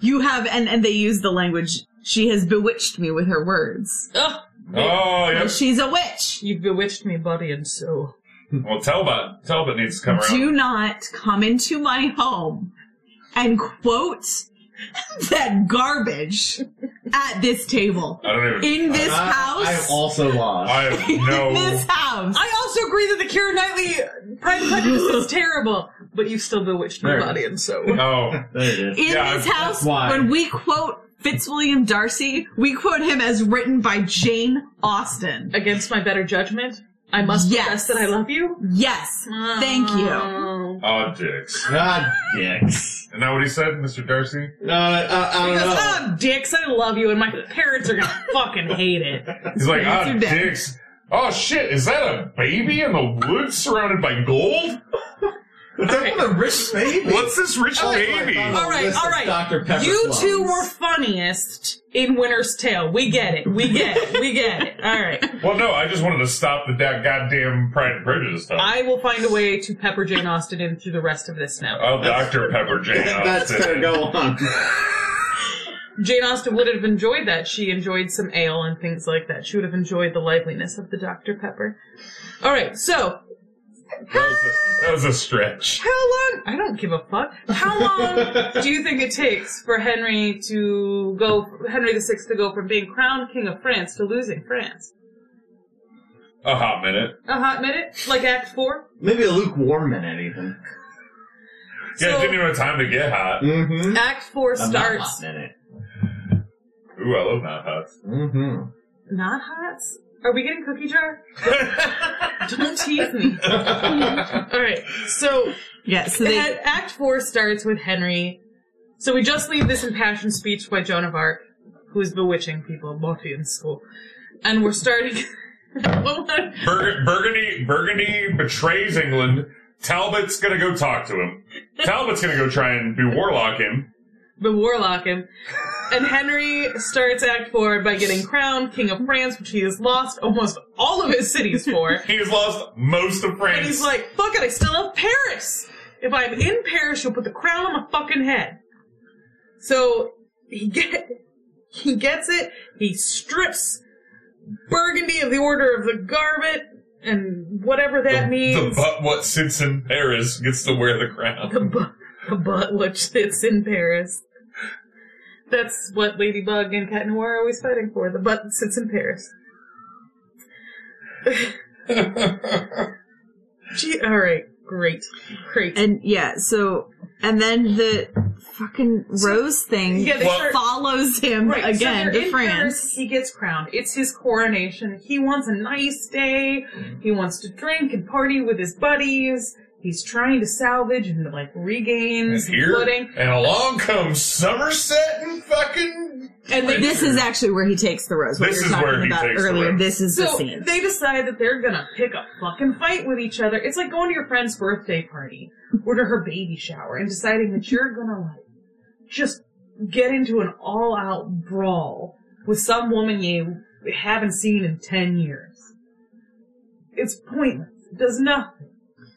You have, and and they use the language. She has bewitched me with her words. Ugh, Oh, Like, yeah. she's a witch. you've bewitched me, body and soul. Well, Talbot, Talbot needs to come around. Do not come into my home and quote that garbage at this table I don't even. in this I- house. I'm also lost. I have in no. this house. I also agree that the Kira Knightley uh, Pride and Prejudice is terrible, but you've still bewitched my There. body and soul. Oh, there it is. in Yeah, this that's house why. when we quote Fitzwilliam Darcy, we quote him as written by Jane Austen. Against my better judgment, I must Yes. confess that I love you. Yes, Ah. thank you. Oh. oh, dicks. God, dicks. Isn't that what he said, Mr. Darcy? Uh, uh, I He don't goes, know. oh, dicks, I love you, and my parents are gonna fucking hate it. He's like, Yes, ah, you did. dicks. Oh shit, is that a baby in the woods surrounded by gold? Is that what a rich baby? What's this rich baby? All right, all right. Dr. Pepper you clones. two were funniest in Winter's Tale. We get it. We get it. We get it. All right. Well, no, I just wanted to stop the da- goddamn Pride and Prejudice stuff. I will find a way to pepper Jane Austen in through the rest of this now. oh, Dr. Pepper Jane That's Austen. gonna go on. Jane Austen would have enjoyed that. She enjoyed some ale and things like that. She would have enjoyed the liveliness of the Dr. Pepper. All right, so That was, a, that was a stretch. how long? I don't give a fuck. How long do you think it takes for Henry to go, Henry VI to go from being crowned King of France to losing France? A hot minute. A hot minute? Like Act 4? Maybe a lukewarm minute, even. Yeah, So- it didn't even have time to get hot. Mm-hmm. Act 4 starts. minute. Ooh, I love not hots. Mm-hmm. Not hots? Are we getting cookie jar? Don't tease me. All right, so Yeah, so they Act- Act four starts with Henry. So we just leave this impassioned speech by Joan of Arc, who is bewitching people, Morty in school. And we're starting. Burg- Burgundy, Burgundy betrays England. Talbot's gonna go talk to him. Talbot's gonna go try and be warlock him. but warlock him. And Henry starts Act four by getting crowned King of France, which he has lost almost all of his cities for. He has lost most of France. And he's like, fuck it, I still have Paris. If I'm in Paris, you'll put the crown on my fucking head. So he get he gets it, he strips Burgundy of the Order of the Garment and whatever that the means. butt what sits in Paris gets to wear the crown. The butt the butt which sits in Paris. That's what Ladybug and Cat Noir are always fighting for. The butt that sits in Paris. Gee, all right, great, great. and yeah, so and then the fucking rose thing yeah, they Well- start- follows him Right, so again they're to in France. Paris, he gets crowned. It's his coronation. He wants a nice day. He wants to drink and party with his buddies. He's trying to salvage and like regain And some here, footing. and along comes Somerset and fucking. And they This is actually where he takes the rose. What This we were is talking where he about takes the earlier. rose. This is the so scene. they decide that they're gonna pick a fucking fight with each other. It's like going to your friend's birthday party or to her baby shower and deciding that you're gonna like just get into an all-out brawl with some woman you haven't seen in ten years. It's pointless. It does nothing.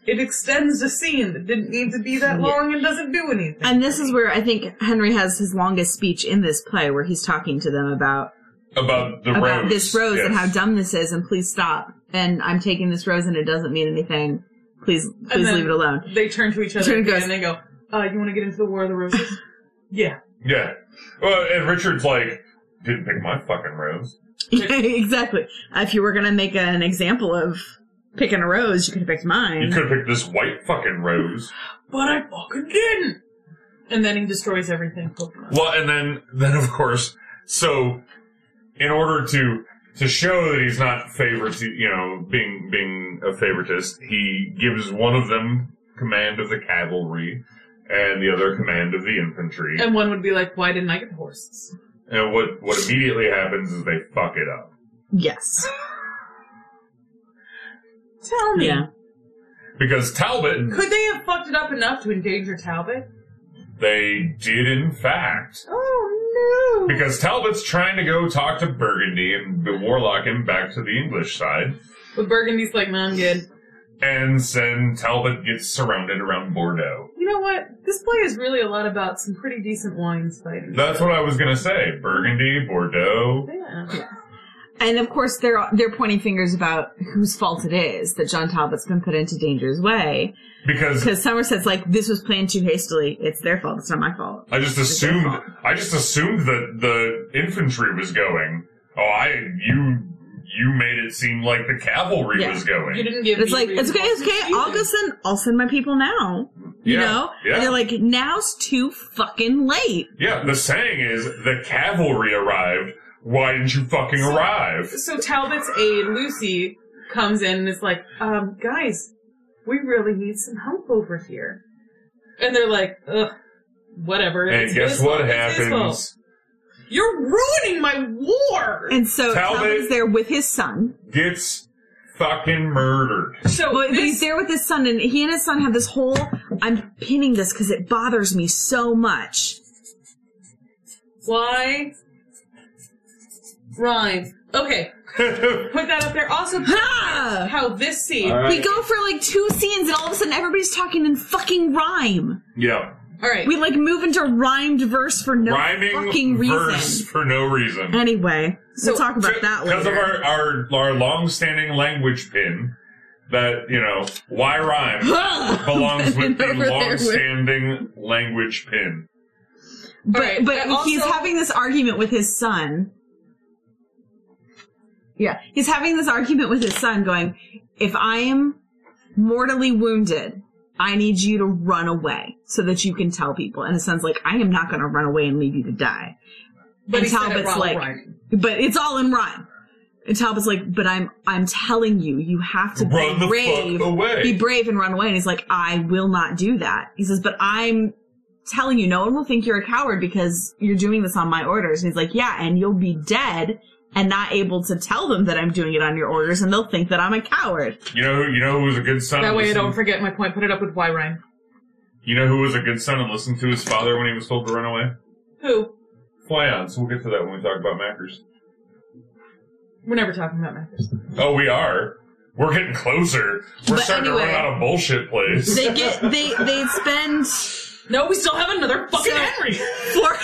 It extends a scene that didn't need to be that long and doesn't do anything. and this is where I think Henry has his longest speech in this play, where he's talking to them about About the about rose. this rose and yes. how dumb this is, and please stop. And I'm taking this rose, and it doesn't mean anything. Please, please then- leave it alone. they turn to each other Turn and, and goes- they go, uh, you wanna get into the War of the Roses? yeah. Yeah. Well, and Richard's like, didn't pick my fucking rose. Yeah, exactly. If you were gonna make an example of picking a rose, you could have picked You mine. could have picked this white fucking rose. But I fucking didn't. And then he destroys everything Pokemon. Well, and then, then of course, so in order to to show that he's not favorite, you know, being being a favoritist, he gives one of them command of the cavalry and the other command of the infantry. And one would be like, why didn't I get the horses? And what what immediately happens is they fuck it up. Yes. Tell me. Yeah. Because Talbot, Could they have fucked it up enough to endanger Talbot? they did in fact. Oh no. Because Talbot's trying to go talk to Burgundy and the warlock him back to the English side. But Burgundy's like, no, I'm good. And then Talbot gets surrounded around Bordeaux. You know what? This play is really a lot about some pretty decent wines fighting. That's what I was gonna say. Burgundy, Bordeaux. yeah. And of course, they're they're pointing fingers about whose fault it is that John Talbot's been put into danger's way Because because Somerset's like this was planned too hastily. It's their fault. It's not my fault. I just assumed I just assumed that the infantry was going. Oh I you you made it seem like the cavalry Yeah. was You going. didn't give But it's me like it's okay, it's okay. I'll go send I'll send my people now. You Yeah, know, yeah. and they're like now's too fucking late. Yeah, the saying is the cavalry arrived. Why didn't you fucking arrive? So Talbot's aide, Lucy, comes in and is like, um, guys, we really need some help over here. And they're like, ugh, whatever. And It's guess his what fault. It's his fault. happens? You're ruining my war! And so Talbot- Talbot's there with his son. Gets fucking murdered. So But but he's this, there with his son, and he and his son have this whole. I'm pinning this because it bothers me so much. why rhyme? Okay, put that up there. Also, Ha! how this scene. All right. We go for like two scenes, and all of a sudden everybody's talking in fucking rhyme. yeah. All right. We like move into rhymed verse for no Rhyming fucking verse reason. for no reason. Anyway, So- we'll talk about that Because of later. our, our, our long-standing language pin that, you know, why rhyme belongs with the Over there with- long-standing language pin. But Alright, but and also- he's having this argument with his son. Yeah, he's having this argument with his son, going, "If I am mortally wounded, I need you to run away so that you can tell people." And his son's like, "I am not going to run away and leave you to die." but he and said it Talbot's wrong, like, rhyming. but it's all in rhyme. And Talbot's like, but I'm I'm telling you, you have to Run be the brave, fuck away. be brave and run away. And he's like, I will not do that. He says, but I'm telling you, no one will think you're a coward because you're doing this on my orders. And he's like, yeah, and you'll be dead and not able to tell them that I'm doing it on your orders, and they'll think that I'm a coward. You know, you know who was a good son. That and way I listened- don't forget my point. Put it up with why rhyme. You know who was a good son and listened to his father when he was told to run away? Who? Flyons. We'll get to that when we talk about Mackers. We're never talking about Mathers. Oh, we are. We're getting closer. We're But starting to anyway. run out of bullshit plays. They get they they spend No, we still have another fucking So- Henry. four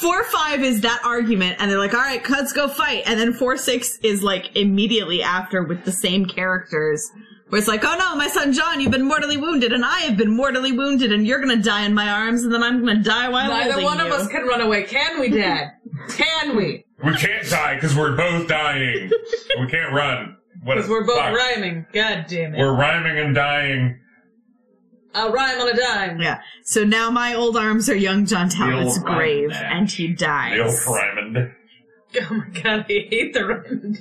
four five is that argument and they're like all right let's go fight and then four six is like immediately after with the same characters where it's like oh no my son john you've been mortally wounded and i have been mortally wounded and you're gonna die in my arms and then i'm gonna die while Neither holding one of you." us can run away, can we, Dad? can we? we can't die because we're both dying. we can't run. What Because a we're both fuck. rhyming. God damn it. We're rhyming and dying. I'll rhyme on a dime. yeah so now my old arms are young john talbot's You'll rhyme grave that. and he dies Neil Fryman. Oh my god, I hate the rhyming.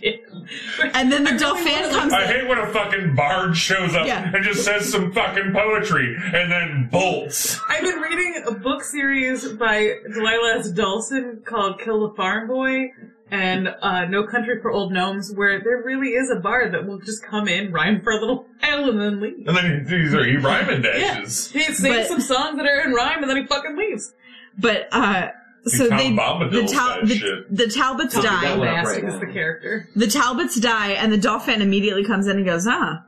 and then the dauphin comes I hate when a fucking bard shows up Yeah. and just says some fucking poetry and then bolts. I've been reading a book series by Delilah S. Dulson called Kill the Farm Boy and uh, No Country for Old Gnomes, where there really is a bard that will just come in, rhyme for a little while, and then leave. And then he- these are he rhyming Yeah. He dashes. sings But- some songs that are in rhyme, and then he fucking leaves. but uh so Tom they the, Bombadil's Tal- that the, shit. the talbots Tom die that one up Bass right is the now. character. The Talbots die, and the Dauphin immediately comes in and goes, ah,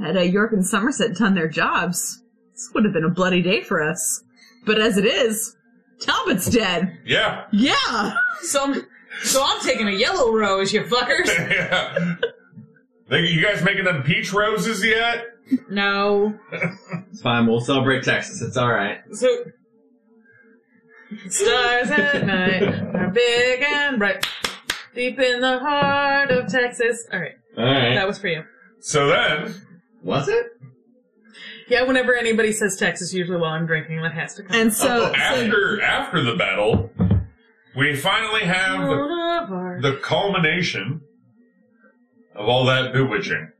had uh, York and Somerset done their jobs, this would have been a bloody day for us. But as it is, Talbot's dead. Yeah. Yeah! So I'm, so I'm taking a yellow rose, you fuckers. yeah. Think you guys making them peach roses yet? No. It's fine. We'll celebrate Texas. It's all right. So stars at night are big and bright, deep in the heart of Texas. All right, All right. that was for you. So then, Was it? Yeah, whenever anybody says Texas, usually while I'm drinking, that has to come. And so, so Oh, after after the battle, we finally have Um, the, One of our- the culmination of all that bewitching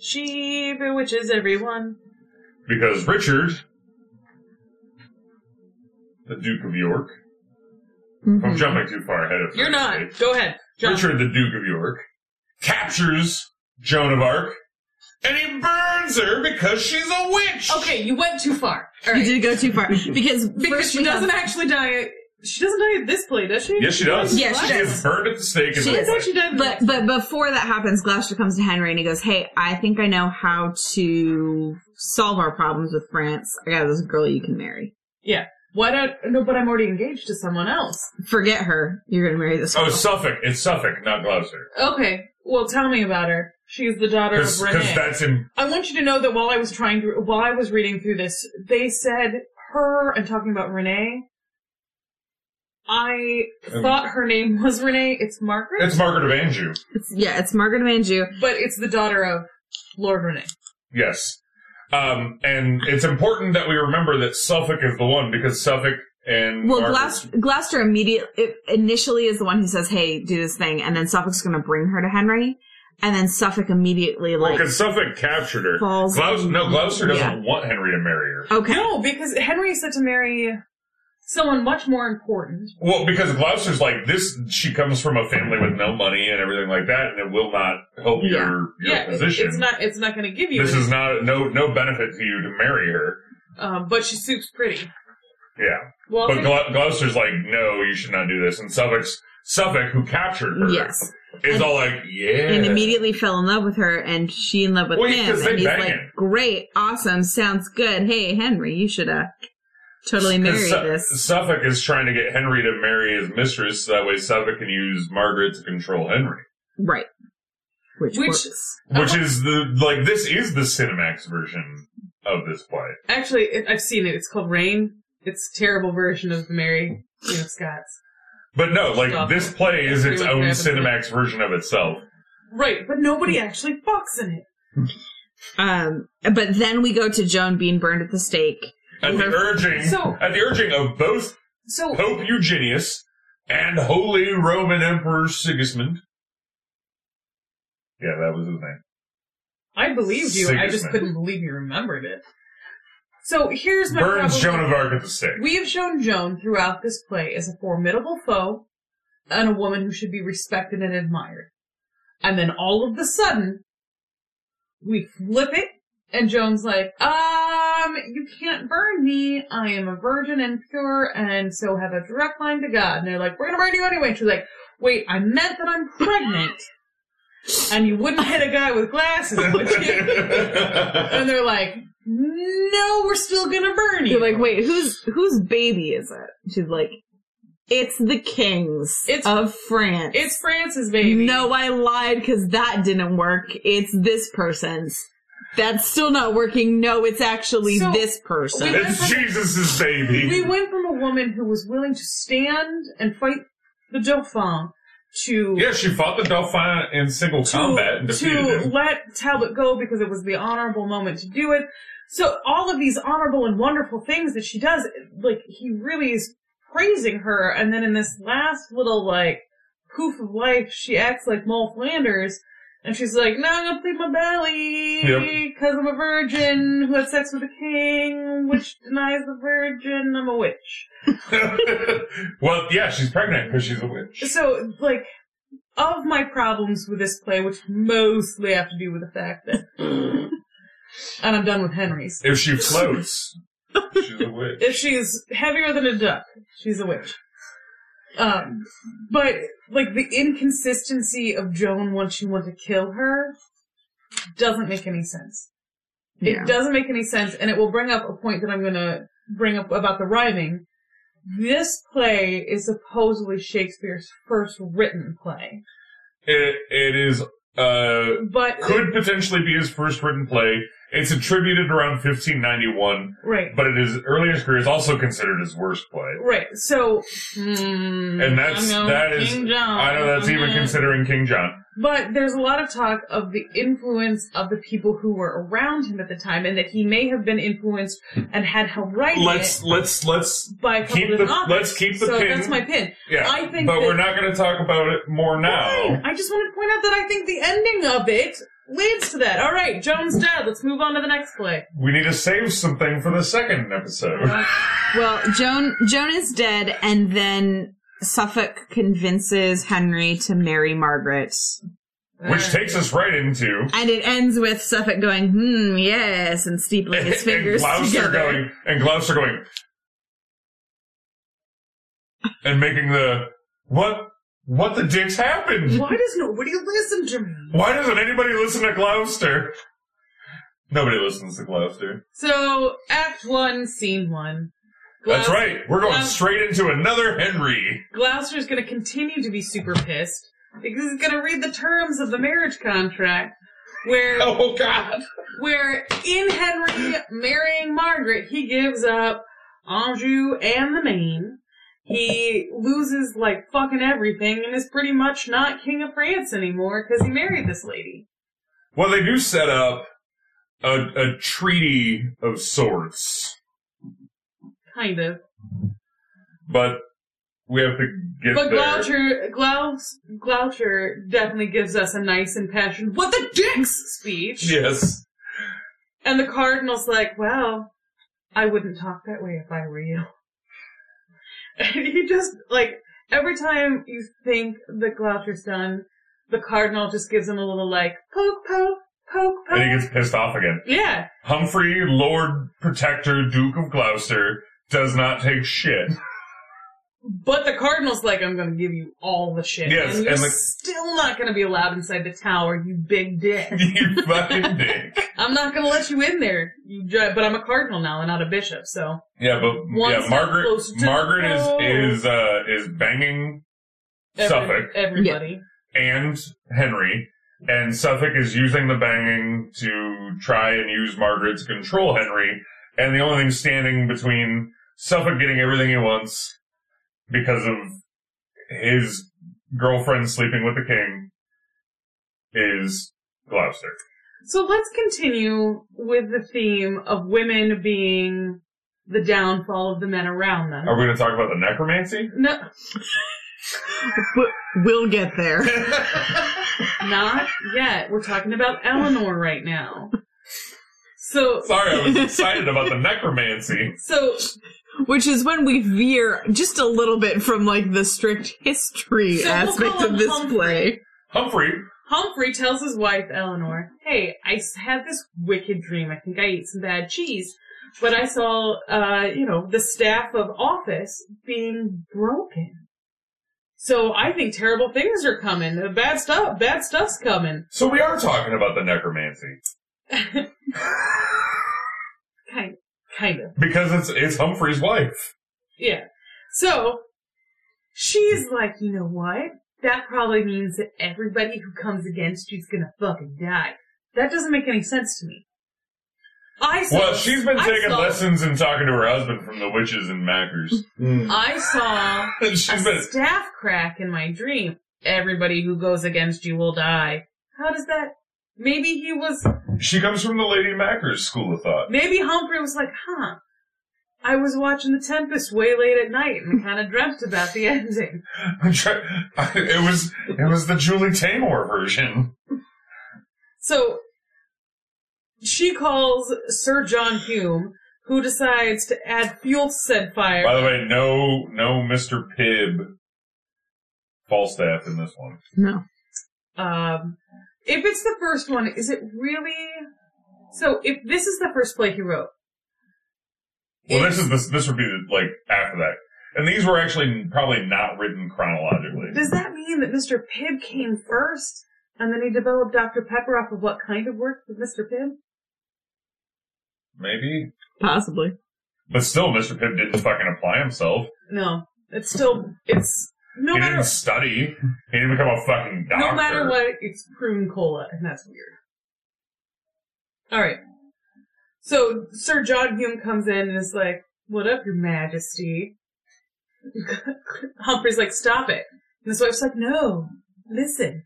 she bewitches everyone. because Richard, the Duke of York, I'm jumping too far ahead of You're not. Go ahead. John. Richard, the Duke of York, captures Joan of Arc, and he burns her because she's a witch. Okay, you went too far. All you right, did go too far. Because, because first she we doesn't have- actually die. She doesn't die at this play, does she? Yes, she does. Yeah, she she does. gets burned at the stake. and She then- I thought she died. in the- But, but before that happens, Gloucester comes to Henry and he goes, hey, I think I know how to solve our problems with France. I got this girl you can marry. yeah. Why don't? No, but I'm already engaged to someone else. Forget her. You're gonna marry this girl. Oh, Suffolk. It's Suffolk, not Gloucester. Okay. Well, tell me about her. She's the daughter of Because Renee. that's in. I want you to know that while I was trying to, while I was reading through this, they said her and talking about Renee. I thought her name was Renee. It's Margaret, It's Margaret of Anjou. It's- yeah, it's Margaret of Anjou. but it's the daughter of Lord Renee. Yes. Um, and it's important that we remember that Suffolk is the one because Suffolk and Well, Margaret- Gloucester, Gloucester immediately initially is the one who says, "Hey, do this thing," and then Suffolk's going to bring her to Henry, and then Suffolk immediately like, because Suffolk captured her. Falls- Gloucester, no, Gloucester doesn't Yeah. want Henry to marry her. "Okay, No, because Henry is set to marry someone much more important. Well, because Gloucester's like this, she comes from a family with no money and everything like that, and it will not help Yeah. your your yeah, it- position. it's not it's not going to give you. this any- is not no no benefit to you to marry her. um, but she soup's pretty. Yeah, Well, but Glou- Gloucester's like, no, you should not do this. And Suffolk's Suffolk, who captured her, Yes. is And- all like, yeah, and immediately fell in love with her, and she in love with Well, yeah, him. 'cause they And he's bang like, it. "Great, awesome, sounds good. Hey, Henry, you should uh, totally marry Because Su- this." Suffolk is trying to get Henry to marry his mistress, so that way Suffolk can use Margaret to control Henry. Right. Which, Which- works. Which Uh-huh. is the like this is the Cinemax version of this play. actually, it, I've seen it. It's called Rain. It's a terrible version of the Mary Queen of Scots. But no, like Stop. this play is its Everyone own grab a plate. Cinemax version of itself. Right, but nobody actually fucks in it. Um, but then we go to Joan being burned at the stake. At the Perfect. urging Uh-huh. So- at the urging of both So Pope Eugenius and Holy Roman Emperor Sigismund. Yeah, that was his name. I believed you. I just Sigismund. couldn't believe you remembered it. So here's my Burns problem. Joan of Arc at the stake. We have shown Joan throughout this play as a formidable foe and a woman who should be respected and admired. And then all of the sudden, we flip it and Joan's like, um, you can't burn me. I am a virgin and pure and so have a direct line to God. And they're like, we're gonna burn you anyway. She's like, wait, I meant that I'm pregnant. And you wouldn't hit a guy with glasses, would you? and they're like, no, we're still gonna burn you. You're like, "Wait, whose whose baby is it?" She's like, "It's the king's It's- of France." It's France's baby. No, I lied because that didn't work. It's this person's. That's still not working. No, it's actually So- this person. We- it's Jesus' baby. We went from a woman who was willing to stand and fight the Dauphin to yeah, she fought the Dauphin in single to, combat and defeated to him. let Talbot go because it was the honorable moment to do it. So all of these honorable and wonderful things that she does, like he really is praising her, and then in this last little like poof of life, she acts like Moll Flanders. And she's like, no, I'm gonna plead my belly, Yep. because I'm a virgin who had sex with a king, which denies the virgin, I'm a witch. well, yeah, she's pregnant because she's a witch. So, like, of my problems with this play, which mostly have to do with the fact that, and I'm done with Henry's. If she floats, she's a witch. If she's heavier than a duck, she's a witch. Um, but like the inconsistency of Joan once you want to kill her doesn't make any sense. It doesn't make any sense, and it will bring up a point that I'm going to bring up about the rhyming. This play is supposedly Shakespeare's first written play, It, it is, uh, but could potentially be his first written play. It's attributed around 1591, right, but it is earliest career is also considered his worst play. right. So, mm, And that's I'm going that is King John. I know that's I'm even going- considering King John. But there's a lot of talk of the influence of the people who were around him at the time, and that he may have been influenced and had help write Let's it let's let's by a couple keep different the- authors. let's keep the so pin. that's my pin. yeah. I think but that- we're not going to talk about it more Fine. now. I just want to point out that I think the ending of it leads to that. All right, Joan's dead. Let's move on to the next play. We need to save something for the second episode. Well, Joan Joan is dead, and then Suffolk convinces Henry to marry Margaret, Which takes us right into and it ends with Suffolk going, "Hmm, yes," and steepling and his fingers Gloucester together. going and Gloucester going and making the what what the dicks happened? Why does nobody listen to me? Why doesn't anybody listen to Gloucester? Nobody listens to Gloucester. So, Act One, Scene One. That's Glou- right. We're going Glou- straight into another Henry. Gloucester's going to continue to be super pissed because he's going to read the terms of the marriage contract, where Oh God! where in Henry marrying Margaret, he gives up Anjou and the Maine. He loses like fucking everything and is pretty much not king of France anymore because he married this lady. Well, they do set up a, a treaty of sorts, Kind of. but we have to get But there. Gloucher, Glous, Gloucher definitely gives us a nice impassioned, what the dicks speech. Yes. And the cardinal's like, well, I wouldn't talk that way if I were you. And you just, like, every time you think that Gloucester's done, the cardinal just gives him a little, like, poke, poke, poke, poke. And he gets pissed off again. yeah. Humphrey, Lord Protector, Duke of Gloucester, does not take shit. But the cardinal's like, I'm gonna give you all the shit. Yes, and you're and, like- still not gonna be allowed inside the tower, you big dick. you fucking dick. I'm not gonna let you in there. You, ju- but I'm a cardinal now and not a bishop, so. Yeah, but One yeah, step Margaret closer to the Margaret door. is is uh is banging every- Suffolk Everybody. and Henry, and Suffolk is using the banging to try and use Margaret to control Henry, and the only thing standing between Suffolk getting everything he wants because of his girlfriend sleeping with the king is Gloucester. So let's continue with the theme of women being the downfall of the men around them. Are we going to talk about the necromancy? No, W- We'll get there. not yet. We're talking about Eleanor right now. So, Sorry, I was excited about the necromancy. so Which is when we veer just a little bit from like the strict history So we'll aspect call him of this Humphrey. play. Humphrey, Humphrey tells his wife, Eleanor, hey, I s- had this wicked dream. I think I ate some bad cheese, but I saw, uh, you know, the staff of office being broken. So I think terrible things are coming. The Bad stuff, bad stuff's coming. so we are talking about the necromancy Kind, kind of. because it's it's Humphrey's wife. Yeah. So she's like, you know what? That probably means that everybody who comes against you's gonna fucking die. That doesn't make any sense to me. I saw, Well, she's been I taking saw- lessons and talking to her husband from the witches and mackers. Mm. I saw she's a been staff crack in my dream. Everybody who goes against you will die. How does that? Maybe he was. she comes from the Lady Macker's school of thought. Maybe Humphrey was like, huh. I was watching The Tempest way late at night and kind of dreamt about the ending. I'm try- it was it was the Julie Taymor version. So she calls Sir John Hume, who decides to add fuel to said fire. By the way, no no Mr. Pibb Falstaff in this one. No. um, if it's the first one, is it really? So if this is the first play he wrote, Well, this is this this would be like after that, and these were actually probably not written chronologically. does that mean that Mr. Pibb came first, and then he developed Dr. Pepper off of what kind of work with Mr. Pibb? Maybe, Possibly. but still, Mr. Pibb didn't fucking apply himself. No, it's still it's no he matter didn't study. He didn't become a fucking doctor. No matter what, it's prune cola, and that's weird. Alright. So, Sir John Hume comes in and is like, What up, your majesty? Humphrey's like, Stop it. And his wife's like, No, listen.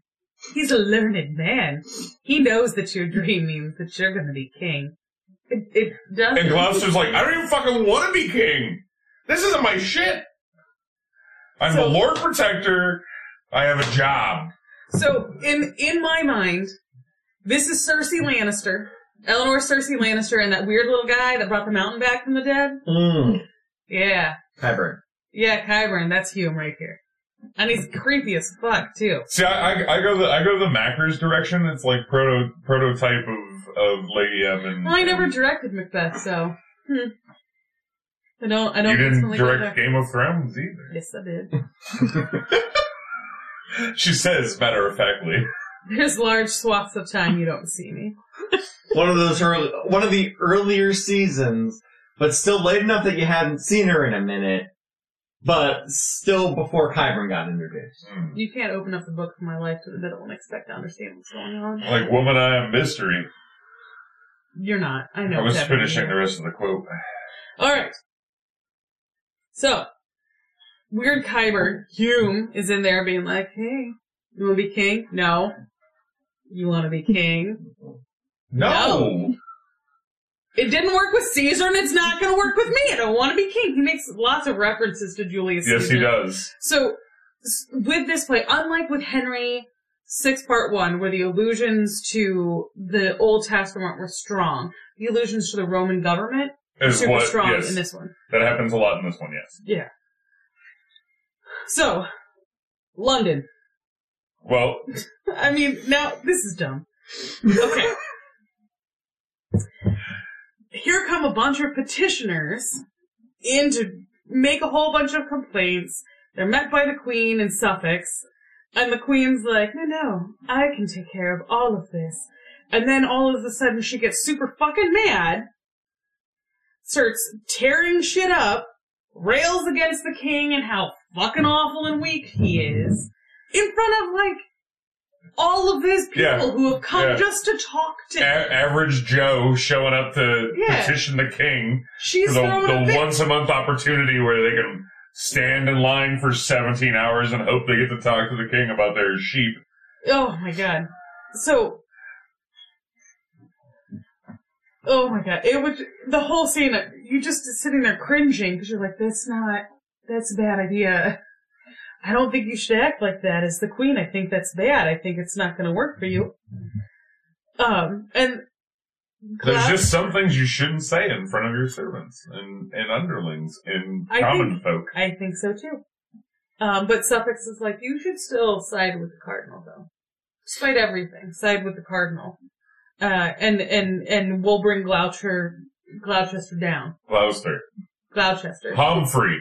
He's a learned man. He knows that your dream means that you're gonna be king. It, it doesn't. And Gloucester's like, I don't even fucking want to be king. This isn't my shit. I'm So- the Lord Protector. I have a job. So in in my mind, this is Cersei Lannister, Eleanor Cersei Lannister, and that weird little guy that brought the mountain back from the dead. Mm. Yeah, Kyburn. yeah, Kyburn, that's Hume right here, and he's creepy as fuck too. See, I, I, I go the I go the Macker's direction. It's like proto prototype of of Lady M. And Well, I never directed Macbeth, so hmm. I don't. I don't. you didn't personally go direct there. Game of Thrones either. Yes, I did. She says matter of factly. There's large swaths of time you don't see me. One of those early, one of the earlier seasons, but still late enough that you hadn't seen her in a minute, but still before Kyburn got introduced. Hmm. You can't open up the book of my life to the middle and expect to understand what's going on. Like woman, I am mystery. You're not. I know. I was it's everything. finishing the rest of the quote. All right. So, weird Kyber Hume is in there being like, "Hey, you want to be king? No. You want to be king? No, It didn't work with Caesar, and it's not going to work with me. I don't want to be king." He makes lots of references to Julius. yes, Caesar. he does. So, s- with this play, unlike with Henry Six Part One, where the allusions to the Old Testament were strong, the allusions to the Roman government were Is super what strong yes, in this one. that happens a lot in this one. Yes. Yeah. So, London. Well, I mean, now this is dumb. Okay. Here come a bunch of petitioners in to make a whole bunch of complaints. They're met by the Queen in Suffolk, and the Queen's like, no, no, I can take care of all of this. And then all of a sudden she gets super fucking mad, starts tearing shit up, rails against the King and how fucking awful and weak he is, in front of like all of his people Yeah. who have come Yeah. just to talk to a- him. average Joe showing up to Yeah. petition the king She's for the, throwing a the fit. once a month opportunity where they can stand in line for 17 hours and hope they get to talk to the king about their sheep. Oh my god. So. Oh my god. It was the whole scene, you just sitting there cringing because you're like, that's not, that's a bad idea. I don't think you should act like that as the queen. I think that's bad. I think it's not going to work for you. Um, and. There's Glass- just some things you shouldn't say in front of your servants and, and underlings and I common think- folk. I think so too. Um, but Suffix is like, you should still side with the cardinal though. Despite everything, side with the cardinal. Uh, and, and, and we'll bring Gloucester, Gloucester down. Gloucester. Gloucester. Humphrey.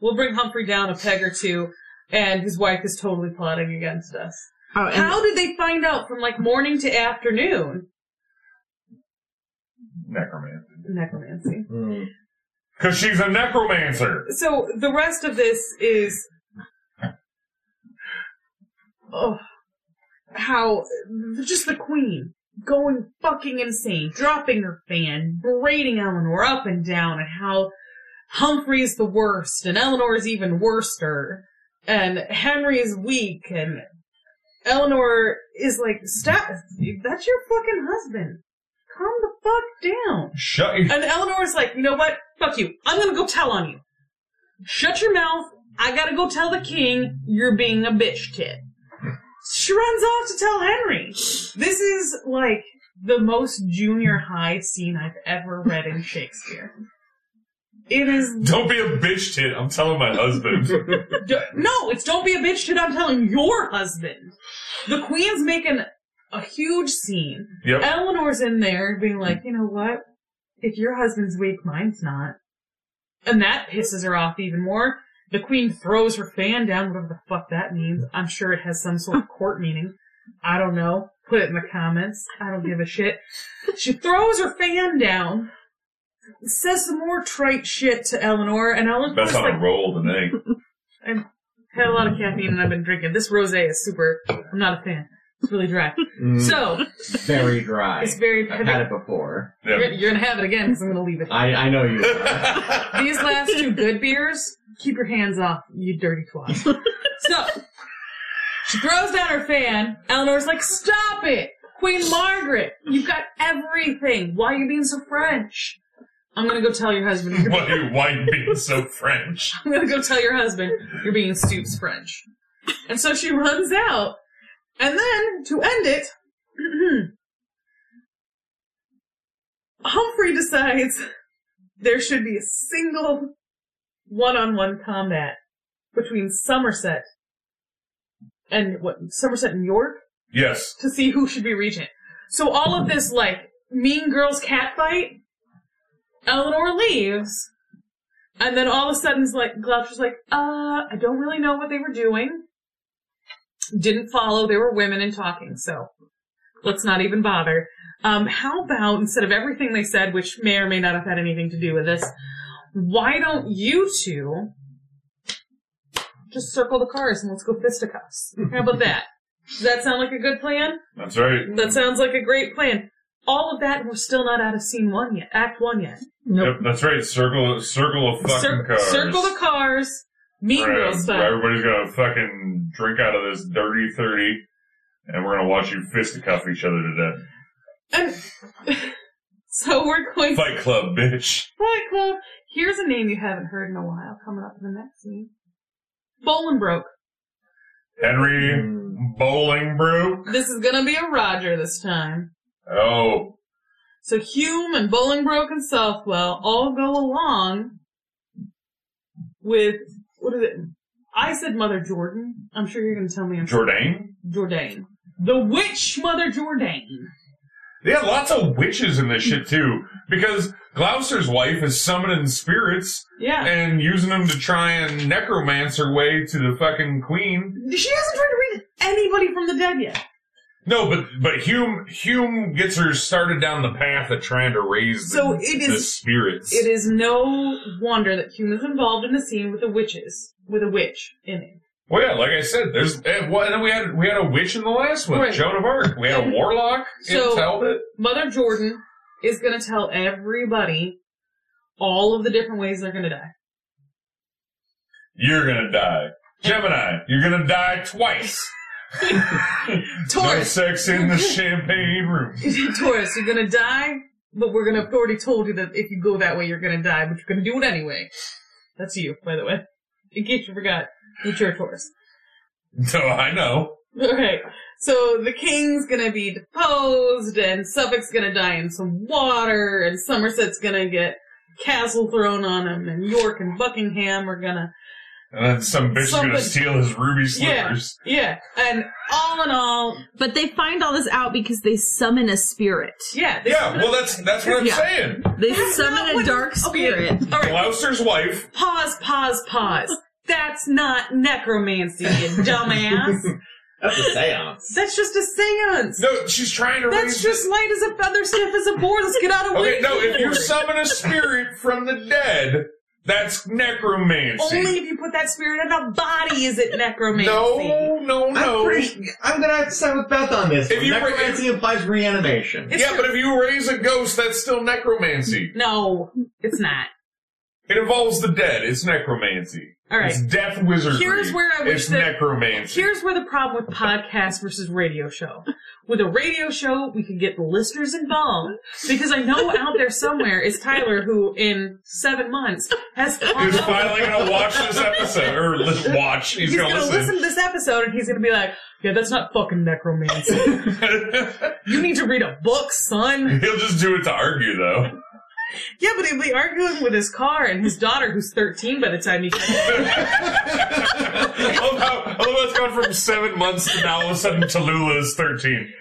We'll bring Humphrey down a peg or two, and his wife is totally plotting against us. Oh, and How did they find out from like morning to afternoon? Necromancer. Necromancy. Mm. Because she's a necromancer. so the rest of this is oh, how just the queen going fucking insane, dropping her fan, berating Eleanor up and down, and how Humphrey's the worst, and Eleanor's even worster, and Henry's weak, and Eleanor is like, stop, that's your fucking husband. Calm the fuck down. Shut your And Eleanor's like, you know what? Fuck you. I'm gonna go tell on you. Shut your mouth. I gotta go tell the king you're being a bitch kid. She runs off to tell Henry. This is like the most junior high scene I've ever read in Shakespeare. It is Don't be a bitch tit. I'm telling my husband. D- No, it's don't be a bitch kid. I'm telling your husband. The queen's making a huge scene. yep. Eleanor's in there being like, you know what? If your husband's weak, mine's not. And that pisses her off even more. The queen throws her fan down, whatever the fuck that means. I'm sure it has some sort of court meaning. I don't know. Put it in the comments. I don't give a shit. She throws her fan down, says some more trite shit to Eleanor, and Eleanor's That's on like, a roll tonight. had a lot of caffeine and I've been drinking. This rosé is super, I'm not a fan. It's really dry. Mm, So, very dry. it's very I've had it before. You're, Yep. you're gonna have it again because I'm gonna leave it. I, I know you. are. These last two good beers, keep your hands off, you dirty twat. so, she throws down her fan. Eleanor's like, stop it! Queen Margaret, you've got everything. Why are you being so French? I'm gonna go tell your husband. You're Why you why you being so French? I'm gonna go tell your husband you're being Stoops French. And so she runs out. And then, to end it, Humphrey decides there should be a single one-on-one combat between Somerset and what, Somerset and York Yes. to see who should be regent. So all of this, like, mean girls catfight, Eleanor leaves, and then all of a sudden, it's like, Gloucester's like, uh, I don't really know what they were doing. Didn't follow, they were women and talking, so let's not even bother. Um, how about instead of everything they said, which may or may not have had anything to do with this, why don't you two just circle the cars and let's go fisticuffs? How about that? Does that sound like a good plan? That's right. That sounds like a great plan. All of that, we're still not out of scene one yet, act one yet. Yep, that's right. Circle circle of fucking Cir- cars. Circle the cars, mean Where- girl where style. everybody's gonna fucking drink out of this dirty thirty and we're gonna watch you fisticuff each other to death. And so we're going Fight club, bitch. Fight Club. Here's a name you haven't heard in a while coming up in the next scene. Bolingbroke. Henry Mm. Bolingbroke. This is gonna be a Roger this time. Oh. So Hume and Bolingbroke and Southwell all go along with what is it? I said Mother Jordan. I'm sure you're going to tell me I'm Jordan? Jordan. The witch Mother Jordan. They had lots of witches in this shit too, because Gloucester's wife is summoning spirits Yeah. and using them to try and necromance her way to the fucking queen. She hasn't tried to read anybody from the dead yet. No, but but Hume Hume gets her started down the path of trying to raise So the, it the is- spirits. It is no wonder that Hume is involved in the scene with the witches, with a witch in it. Well, yeah, like I said, there's and well, and then we had we had a witch in the last one, Right. Joan of Arc. We had a warlock So- in Talbot. Mother Jordan is going to tell everybody all of the different ways they're going to die. You're gonna die, Gemini. You're gonna die twice. No Taurus, sex in the champagne room. Taurus, you're going to die, but we're going to, I've already told you that if you go that way, you're going to die, but you're going to do it anyway. That's you, by the way. In case you forgot, that you're a Taurus. No, I know. Alright, so the king's gonna be deposed, and Suffolk's gonna die in some water, and Somerset's gonna get castle thrown on him, and York and Buckingham are gonna, And then some bitch is gonna Somebody- steal his ruby slippers. yeah, and all in all, But they find all this out because they summon a spirit. yeah, Yeah, this is well, that's that's what I'm Yeah. saying. They That's not summon a what- dark okay. spirit. Alright, Gloucester's wife. pause, pause, pause. That's not necromancy, you dumbass. That's a seance. That's just a seance. No, she's trying to That's raise. just light as a feather, stiff as a board. Let's get out of the way. okay, no, if you keyboard. summon a spirit from the dead, that's necromancy. Only if you put that spirit in a body is it necromancy. no, no, I'm, no. pretty, I'm gonna have to side with Beth on this. If you- Necromancy implies reanimation. It's yeah, true. but if you raise a ghost, that's still necromancy. No, it's not. It involves the dead. It's necromancy. All right. It's death wizardry. Here's where I wish It's that- necromancy. Here's where the problem with podcast versus radio show. With a radio show, we could get the listeners involved because I know out there somewhere is Tyler who, in seven months, has caught He's up. finally gonna watch this episode or li- watch. He's, He's, gonna, listen. to this episode and he's gonna be like, "Yeah, that's not fucking necromancy. you need to read a book, son." He'll just do it to argue, though. Yeah, but he'll be arguing with his car and his daughter, who's thirteen by the time he. I love how, I love how it's gone from seven months to now all of a sudden Tallulah is 13.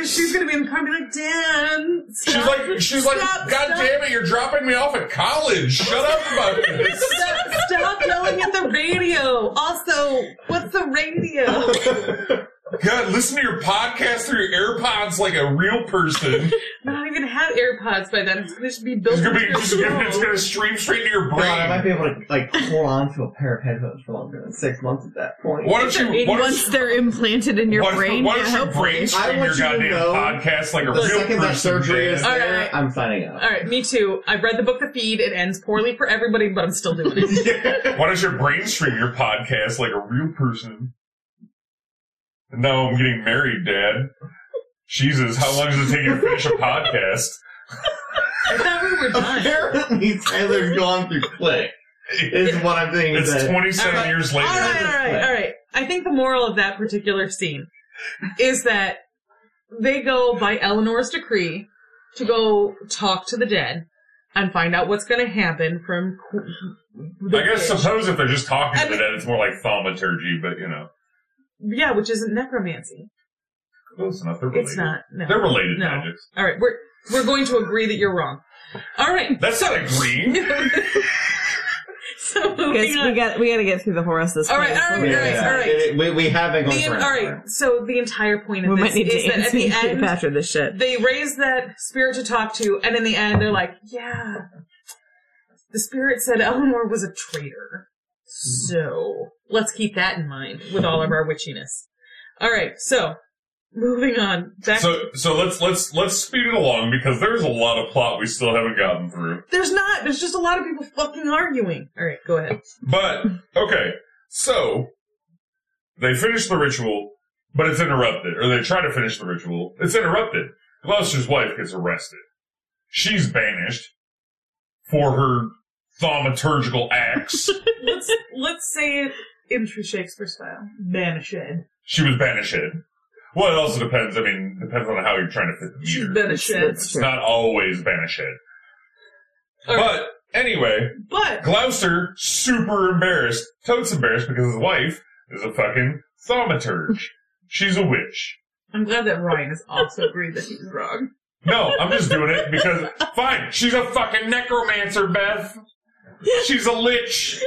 She's gonna be in the car and be like, "Dan, She's stop. like, she's like, Stop, God stop. damn it, you're dropping me off at college. Shut up about this. Stop, stop yelling at the radio. Also, what's the radio? God, listen to your podcast through your AirPods like a real person. Not even have AirPods by then. It's gonna just be built It's gonna, into be, your it's, gonna, it's soul. gonna stream straight to your God, I might brain. be able to like hold on to a pair of headphones for longer than six months at that point. Why don't you, why don't Once you, they're implanted in your why don't brain, you, why yeah, don't you hopefully. I brainstream want your you to goddamn know podcast like a The real second that person? surgery is Dan? All there, right. I'm signing up. All right, me too. I've read the book, The Feed. It ends poorly for everybody, but I'm still doing it. Why don't you brainstream your podcast like a real person? And now I'm getting married, Dad. Jesus, how long does it take you to finish a podcast? I thought we were done. Apparently, Tyler's gone through click. Is what I'm thinking. It's that- 27 All right. years All later. right, all right, all right. I think the moral of that particular scene is that they go by Eleanor's decree to go talk to the dead and find out what's going to happen from. the I guess witch. suppose if they're just talking I to the mean- dead, it's more like thaumaturgy, but you know, Yeah, which isn't necromancy. close enough. They're related. It's not. No. They're related No. magics. All right, we're we're going to agree that you're wrong. All right. That's not agreeing. So Guys, moving we on. got we got to get through the whole rest of this. All right, place. all right, Yeah, all right, yeah. all right. It- it- we, we haven't gone The, for an all hour. right. So the entire point of We this might need is to that at the answer end after this shit. they raise that spirit to talk to, and in the end they're like, "Yeah, the spirit said Eleanor was a traitor." So let's keep that in mind with all of our witchiness. All right. So moving on. Back so, so let's let's let's speed it along because there's a lot of plot we still haven't gotten through. There's not. There's just a lot of people fucking arguing. All right, go ahead. But okay, so they finish the ritual, but it's interrupted, or they try to finish the ritual. It's interrupted. Gloucester's wife gets arrested. She's banished for her thaumaturgical acts. Let's let's say it in true Shakespeare style. Banished. she was banished. Well, it also depends. I mean, depends on how you're trying to fit the She's meter. banished. That's It's not always banished. All right. But Anyway, But Gloucester, super embarrassed. Totes embarrassed because his wife is a fucking thaumaturge. She's a witch. I'm glad that Ryan has also agreed that he's wrong. No, I'm just doing it because, fine, she's a fucking necromancer, Beth. She's a lich.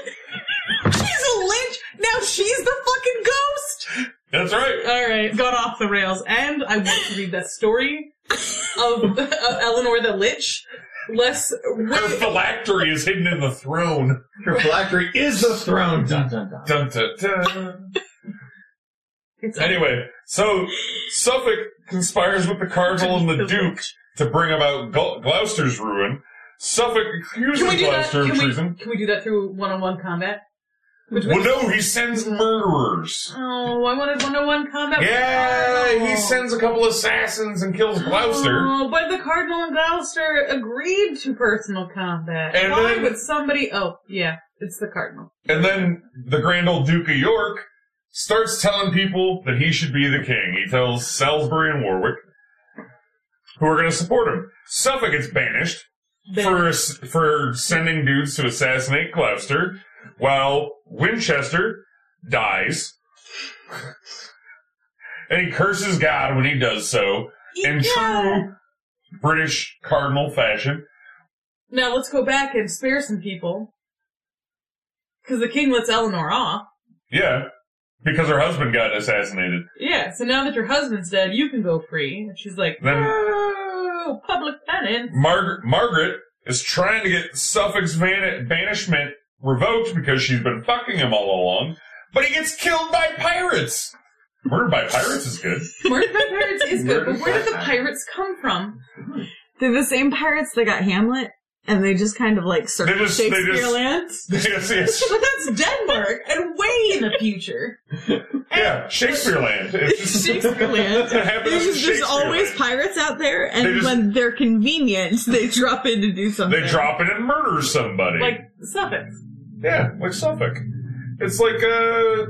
She's a lynch. Now she's the fucking ghost. That's right. All right, got off the rails, and I want to read that story of, of Eleanor the Lich. Less Her way, phylactery is hidden in the throne. Your phylactery is the throne. Dun dun Dun, dun. dun, dun. it's Anyway, so Suffolk conspires with the cardinal and the duke to bring about Gl- Gloucester's ruin. Suffolk Can we accuses do that? Gloucester Can of we, treason. can we do that through one-on-one combat? Which Well, no, he sends murderers. Oh, I wanted one-on-one combat. with the Yeah, Cardinal. he sends a couple assassins and kills Gloucester. Oh, but the Cardinal and Gloucester agreed to personal combat. And Why then- would somebody? Oh, yeah, it's the Cardinal. And then the grand old Duke of York starts telling people that he should be the king. He tells Salisbury and Warwick, who are going to support him. Suffolk gets banished for for sending dudes to assassinate Gloucester, while Winchester dies, and he curses God when he does so in true British cardinal fashion. Now let's go back and spare some people. Because the king lets Eleanor off. Yeah, because her husband got assassinated. Yeah, so now that your husband's dead, you can go free. And she's like, Then- no, public penance. Margaret Margaret is trying to get Suffolk's van- banishment revoked because she's been fucking him all along, but he gets killed by pirates. Murdered by pirates is good. Murdered by pirates is good, but where did the Murdered by pirates come from? Hmm. They're the same pirates that got Hamlet, and they just kind of like They circled just- they Shakespeare just- lands. yes, yes. But that's Denmark and way in the future. Yeah, Shakespeare land. It's just, Shakespeare it land. happens in There's just Shakespeare always land. pirates out there, and They just- when they're convenient, they drop in to do something. They drop in and murder somebody. Like, Suffolk. yeah, like Suffolk. It's like, uh,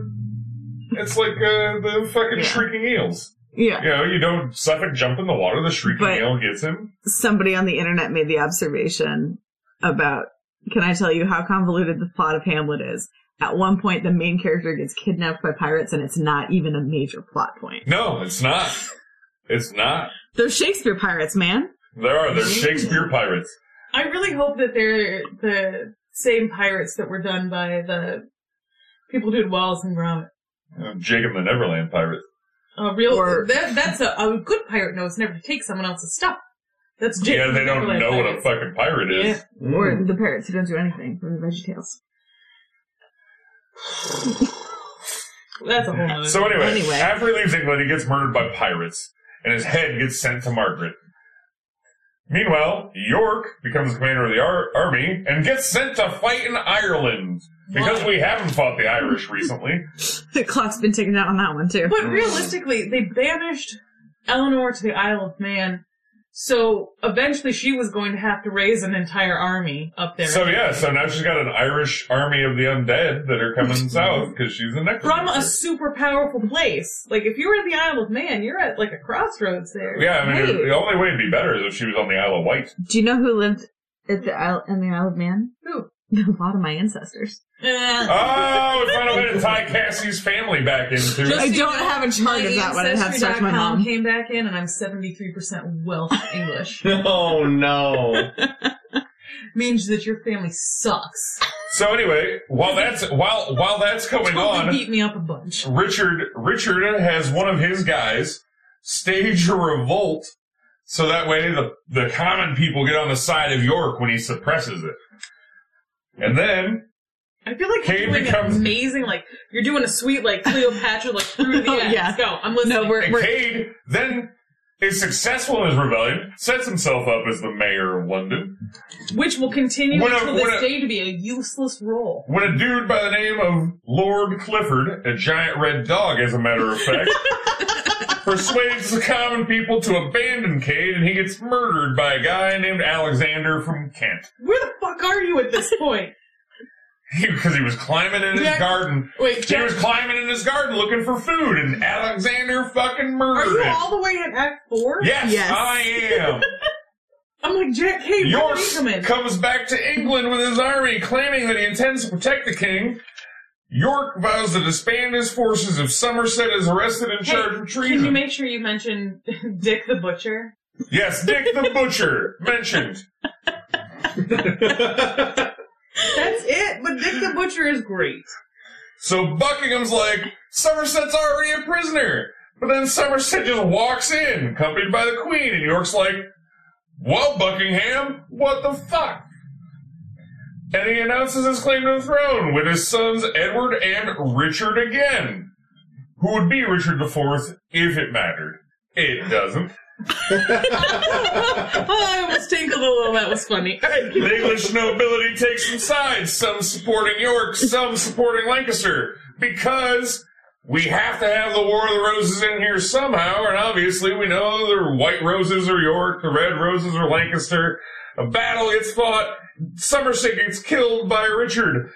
it's like, uh, the fucking shrieking eels. Yeah. You know, you don't, Suffolk jump in the water, the shrieking But- eel gets him. Somebody on the internet made the observation about. Can I tell you how convoluted the plot of Hamlet is? At one point, the main character gets kidnapped by pirates, and it's not even a major plot point. No, it's not. It's not. They're Shakespeare pirates, man. There are. Mm. There's Shakespeare pirates. I really hope that they're the same pirates that were done by the people who did Wallace and Gromit. Uh, Jacob the Neverland pirate. A real Or- that, that's a, a good pirate knows never to take someone else's stuff. That's Jake yeah, from they don't Neverland know what a Pirates. fucking pirate is. Or Mm. the parrots who don't do anything from the VeggieTales. That's a whole other. So anyway, Anyway. after he leaves England, he gets murdered by pirates, and his head gets sent to Margaret. Meanwhile, York becomes commander of the ar- army and gets sent to fight in Ireland because we haven't fought the Irish recently. The clock's been taken out on that one too. but realistically, they banished Eleanor to the Isle of Man, so eventually she was going to have to raise an entire army up there. So yeah, so now she's got an Irish army of the undead that are coming south because she's a from a necromancer. super powerful place. Like if you were in the Isle of Man, you're at like a crossroads there. Yeah, I mean, Wait. the only way it'd be better is if she was on the Isle of Wight. Do you know who lived at the Isle in the Isle of Man? Who? A lot of my ancestors. Eh. Oh, we found a way to tie Cassie's family back into. Just I so you don't know, have a chart my of that one. I'd have to talk to my Ancestry.com mom. Came back in, and I'm 73 percent Welsh English. Oh no. Means that your family sucks. so anyway, while that's while while that's going Totally on, beat me up a bunch. Richard Richard has one of his guys stage a revolt, so that way the the common people get on the side of York when he suppresses it, and then I feel like Kane you're doing becomes- amazing. Like you're doing a sweet like Cleopatra, like through the Oh, end. yeah. Go. I'm listening. No, we're- and Cade then is successful in his rebellion, sets himself up as the mayor of London. Which will continue What a- until what this a- day to be a useless role. when a dude by the name of Lord Clifford, a giant red dog, as a matter of fact, persuades the common people to abandon Cade, and he gets murdered by a guy named Alexander from Kent Where the fuck are you at this point? because he, was climbing in his Yeah. garden. Wait, He was Jack, climbing in his garden looking for food, and Alexander fucking are murdered you him. all the way in Act Four? Yes, Yes. I am. I'm like, Jack, hey, when are you York coming? comes back to England with his army, claiming that he intends to protect the king. York vows to disband his forces if Somerset is arrested and Hey, charged with treason. Can you make sure you mention Dick the Butcher? yes, Dick the Butcher mentioned. That's it, but Dick the Butcher is great. So Buckingham's like, Somerset's already a prisoner. But then Somerset just walks in, accompanied by the Queen, and York's like, Well, Buckingham, what the fuck? And he announces his claim to the throne with his sons Edward and Richard again, who would be Richard IV if it mattered. It doesn't. Oh, I almost tinkled a little. That was funny. The English nobility takes some sides, some supporting York, some supporting Lancaster, because we have to have the War of the Roses in here somehow, and obviously we know the white roses are York, the red roses are Lancaster. A battle gets fought, Somerset gets killed by Richard,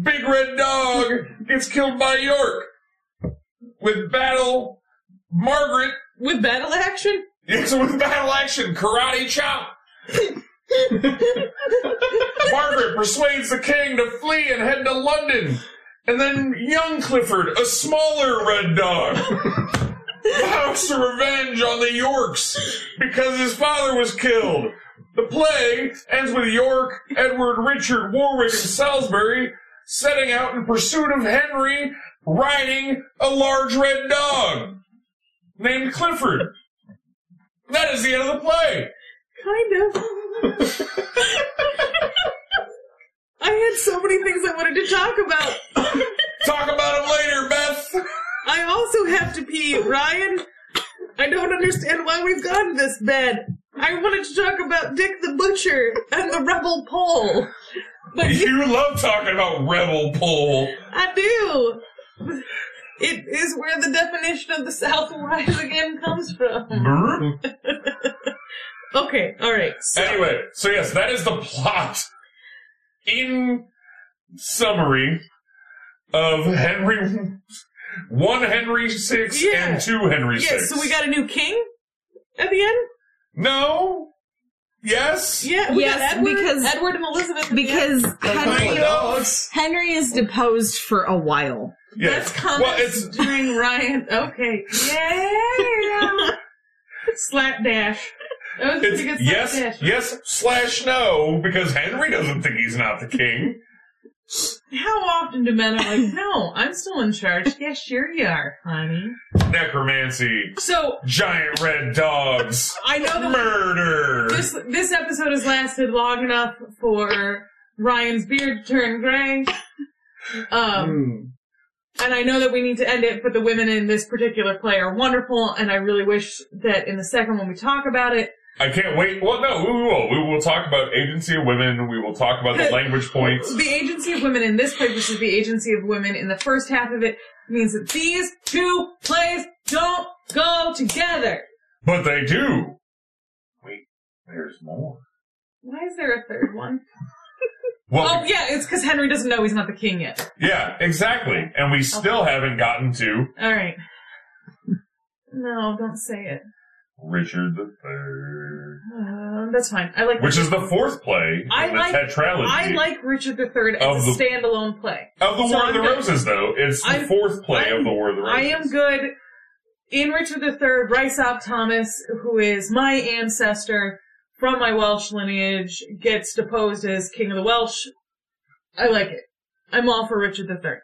Big Red Dog gets killed by York. With battle, Margaret With battle action? it's with battle action, karate chop. Margaret persuades the king to flee and head to London. And then young Clifford, a smaller red dog, vows to revenge on the Yorks because his father was killed. The play ends with York, Edward, Richard, Warwick, and Salisbury setting out in pursuit of Henry, riding a large red dog named Clifford. That is the end of the play. Kind of. I had so many things I wanted to talk about. Talk about it later, Beth. I also have to pee, Ryan. I don't understand why we've gone this bad. I wanted to talk about Dick the Butcher and the Rebel Pole. But you- You love talking about Rebel Pool. I do. It is where the definition of the South rise again comes from. Mm-hmm. Okay, alright. So, Anyway, so yes, that is the plot in summary of Henry one Henry six Yeah. and two Henry yes, six. so we got a new king at the end? no. Yes. Yeah, we Yes, got Edward, because- Edward and Elizabeth. at the end. Because Couple of Henry, dogs. Henry is deposed for a while. Yes. That's comments well, it's during Ryan. Okay. Yeah. slapdash. That was a it's pretty good yes, slapdash. yes slash no because Henry doesn't think he's not the king. How often do men are like, no, I'm still in charge. yeah, sure you are, honey. Necromancy, So giant red dogs, I know that murder. this this episode has lasted long enough for Ryan's beard to turn gray. Um, Mm. and I know that we need to end it, but the women in this particular play are wonderful, and I really wish that in the second when we talk about it, I can't wait. Well, no, we will. We will talk about agency of women. We will talk about the language points. the agency of women in this play versus the agency of women in the first half of it means that these two plays don't go together. But they do. Wait, there's more. Why is there a third one? Well, Oh yeah, it's because Henry doesn't know he's not the king yet. yeah, exactly. And we still haven't gotten to All right. No, don't say it. Richard the Third, Uh, that's fine. I like which is the fourth play I in the like- tetralogy I like Richard III as a Of the- standalone play. of the so War of I'm the good. Roses. Though it's the I'm- fourth play of I'm- the War of the Roses. I am good in Richard III, Bryce Op Thomas, who is my ancestor from my Welsh lineage, gets deposed as King of the Welsh. I like it. I'm all for Richard III.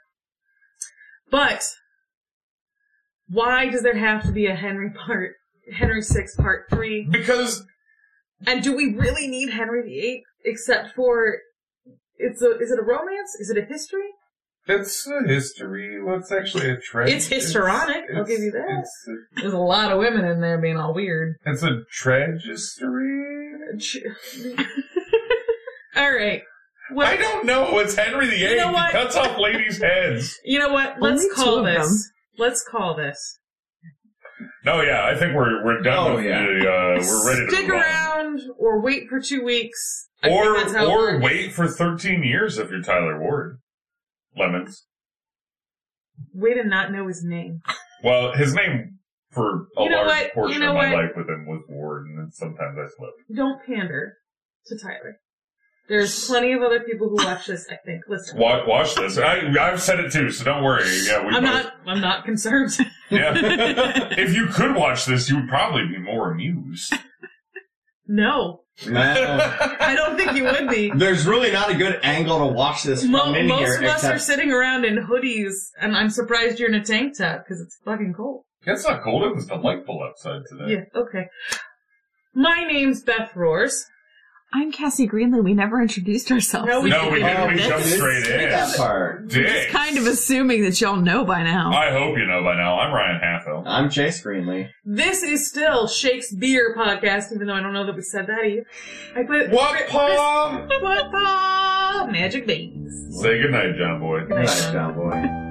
But why does there have to be a Henry part Henry VI part three? because And do we really need Henry VIII except for it's a is it a romance? Is it a history? it's a history. Well, it's actually a tragedy. It's histrionic, I'll give you that. It's a, There's a lot of women in there being all weird. it's a tragistory. All right. Well, I don't know. It's Henry VIII. You know he what? cuts off ladies' heads. you know what? Let's Only two call of them. this. Let's call this. No, yeah, I think we're we're done. Oh, with yeah. the, uh, we're ready to Stick move on. around or wait for two weeks. I think that's Or how it or works. wait for thirteen years if you're Tyler Ward. Lemons. Way to not know his name. Well, his name for a You know large what? portion You know of my what? life with him was Ward, and then sometimes I slept. Don't pander to Tyler. There's plenty of other people who watch this, I think. Listen. Watch, watch this. I, I've said it too, so don't worry. Yeah, we I'm both- not I'm not concerned. Yeah. if you could watch this, you would probably be more amused. no. Man, I don't think you would be. There's really not a good angle to watch this from Mo- in most here. of us are Except sitting around in hoodies, and I'm surprised you're in a tank top because it's fucking cold. It's not cold. It was delightful outside today. Yeah, okay. My name's Beth Roars. I'm Cassie Greenlee. We never introduced ourselves. No, we No, we didn't. Oh, We this- jumped straight in. that part. Dick. kind of assuming that y'all know by now. I hope you know by now. I'm Ryan Halfo. I'm Chase Greenlee. This is still Shakespeare podcast, even though I don't know that we said that either. I put What, Paul? What the magic beans? Say goodnight, John Boy. Nice. Nice job, boy.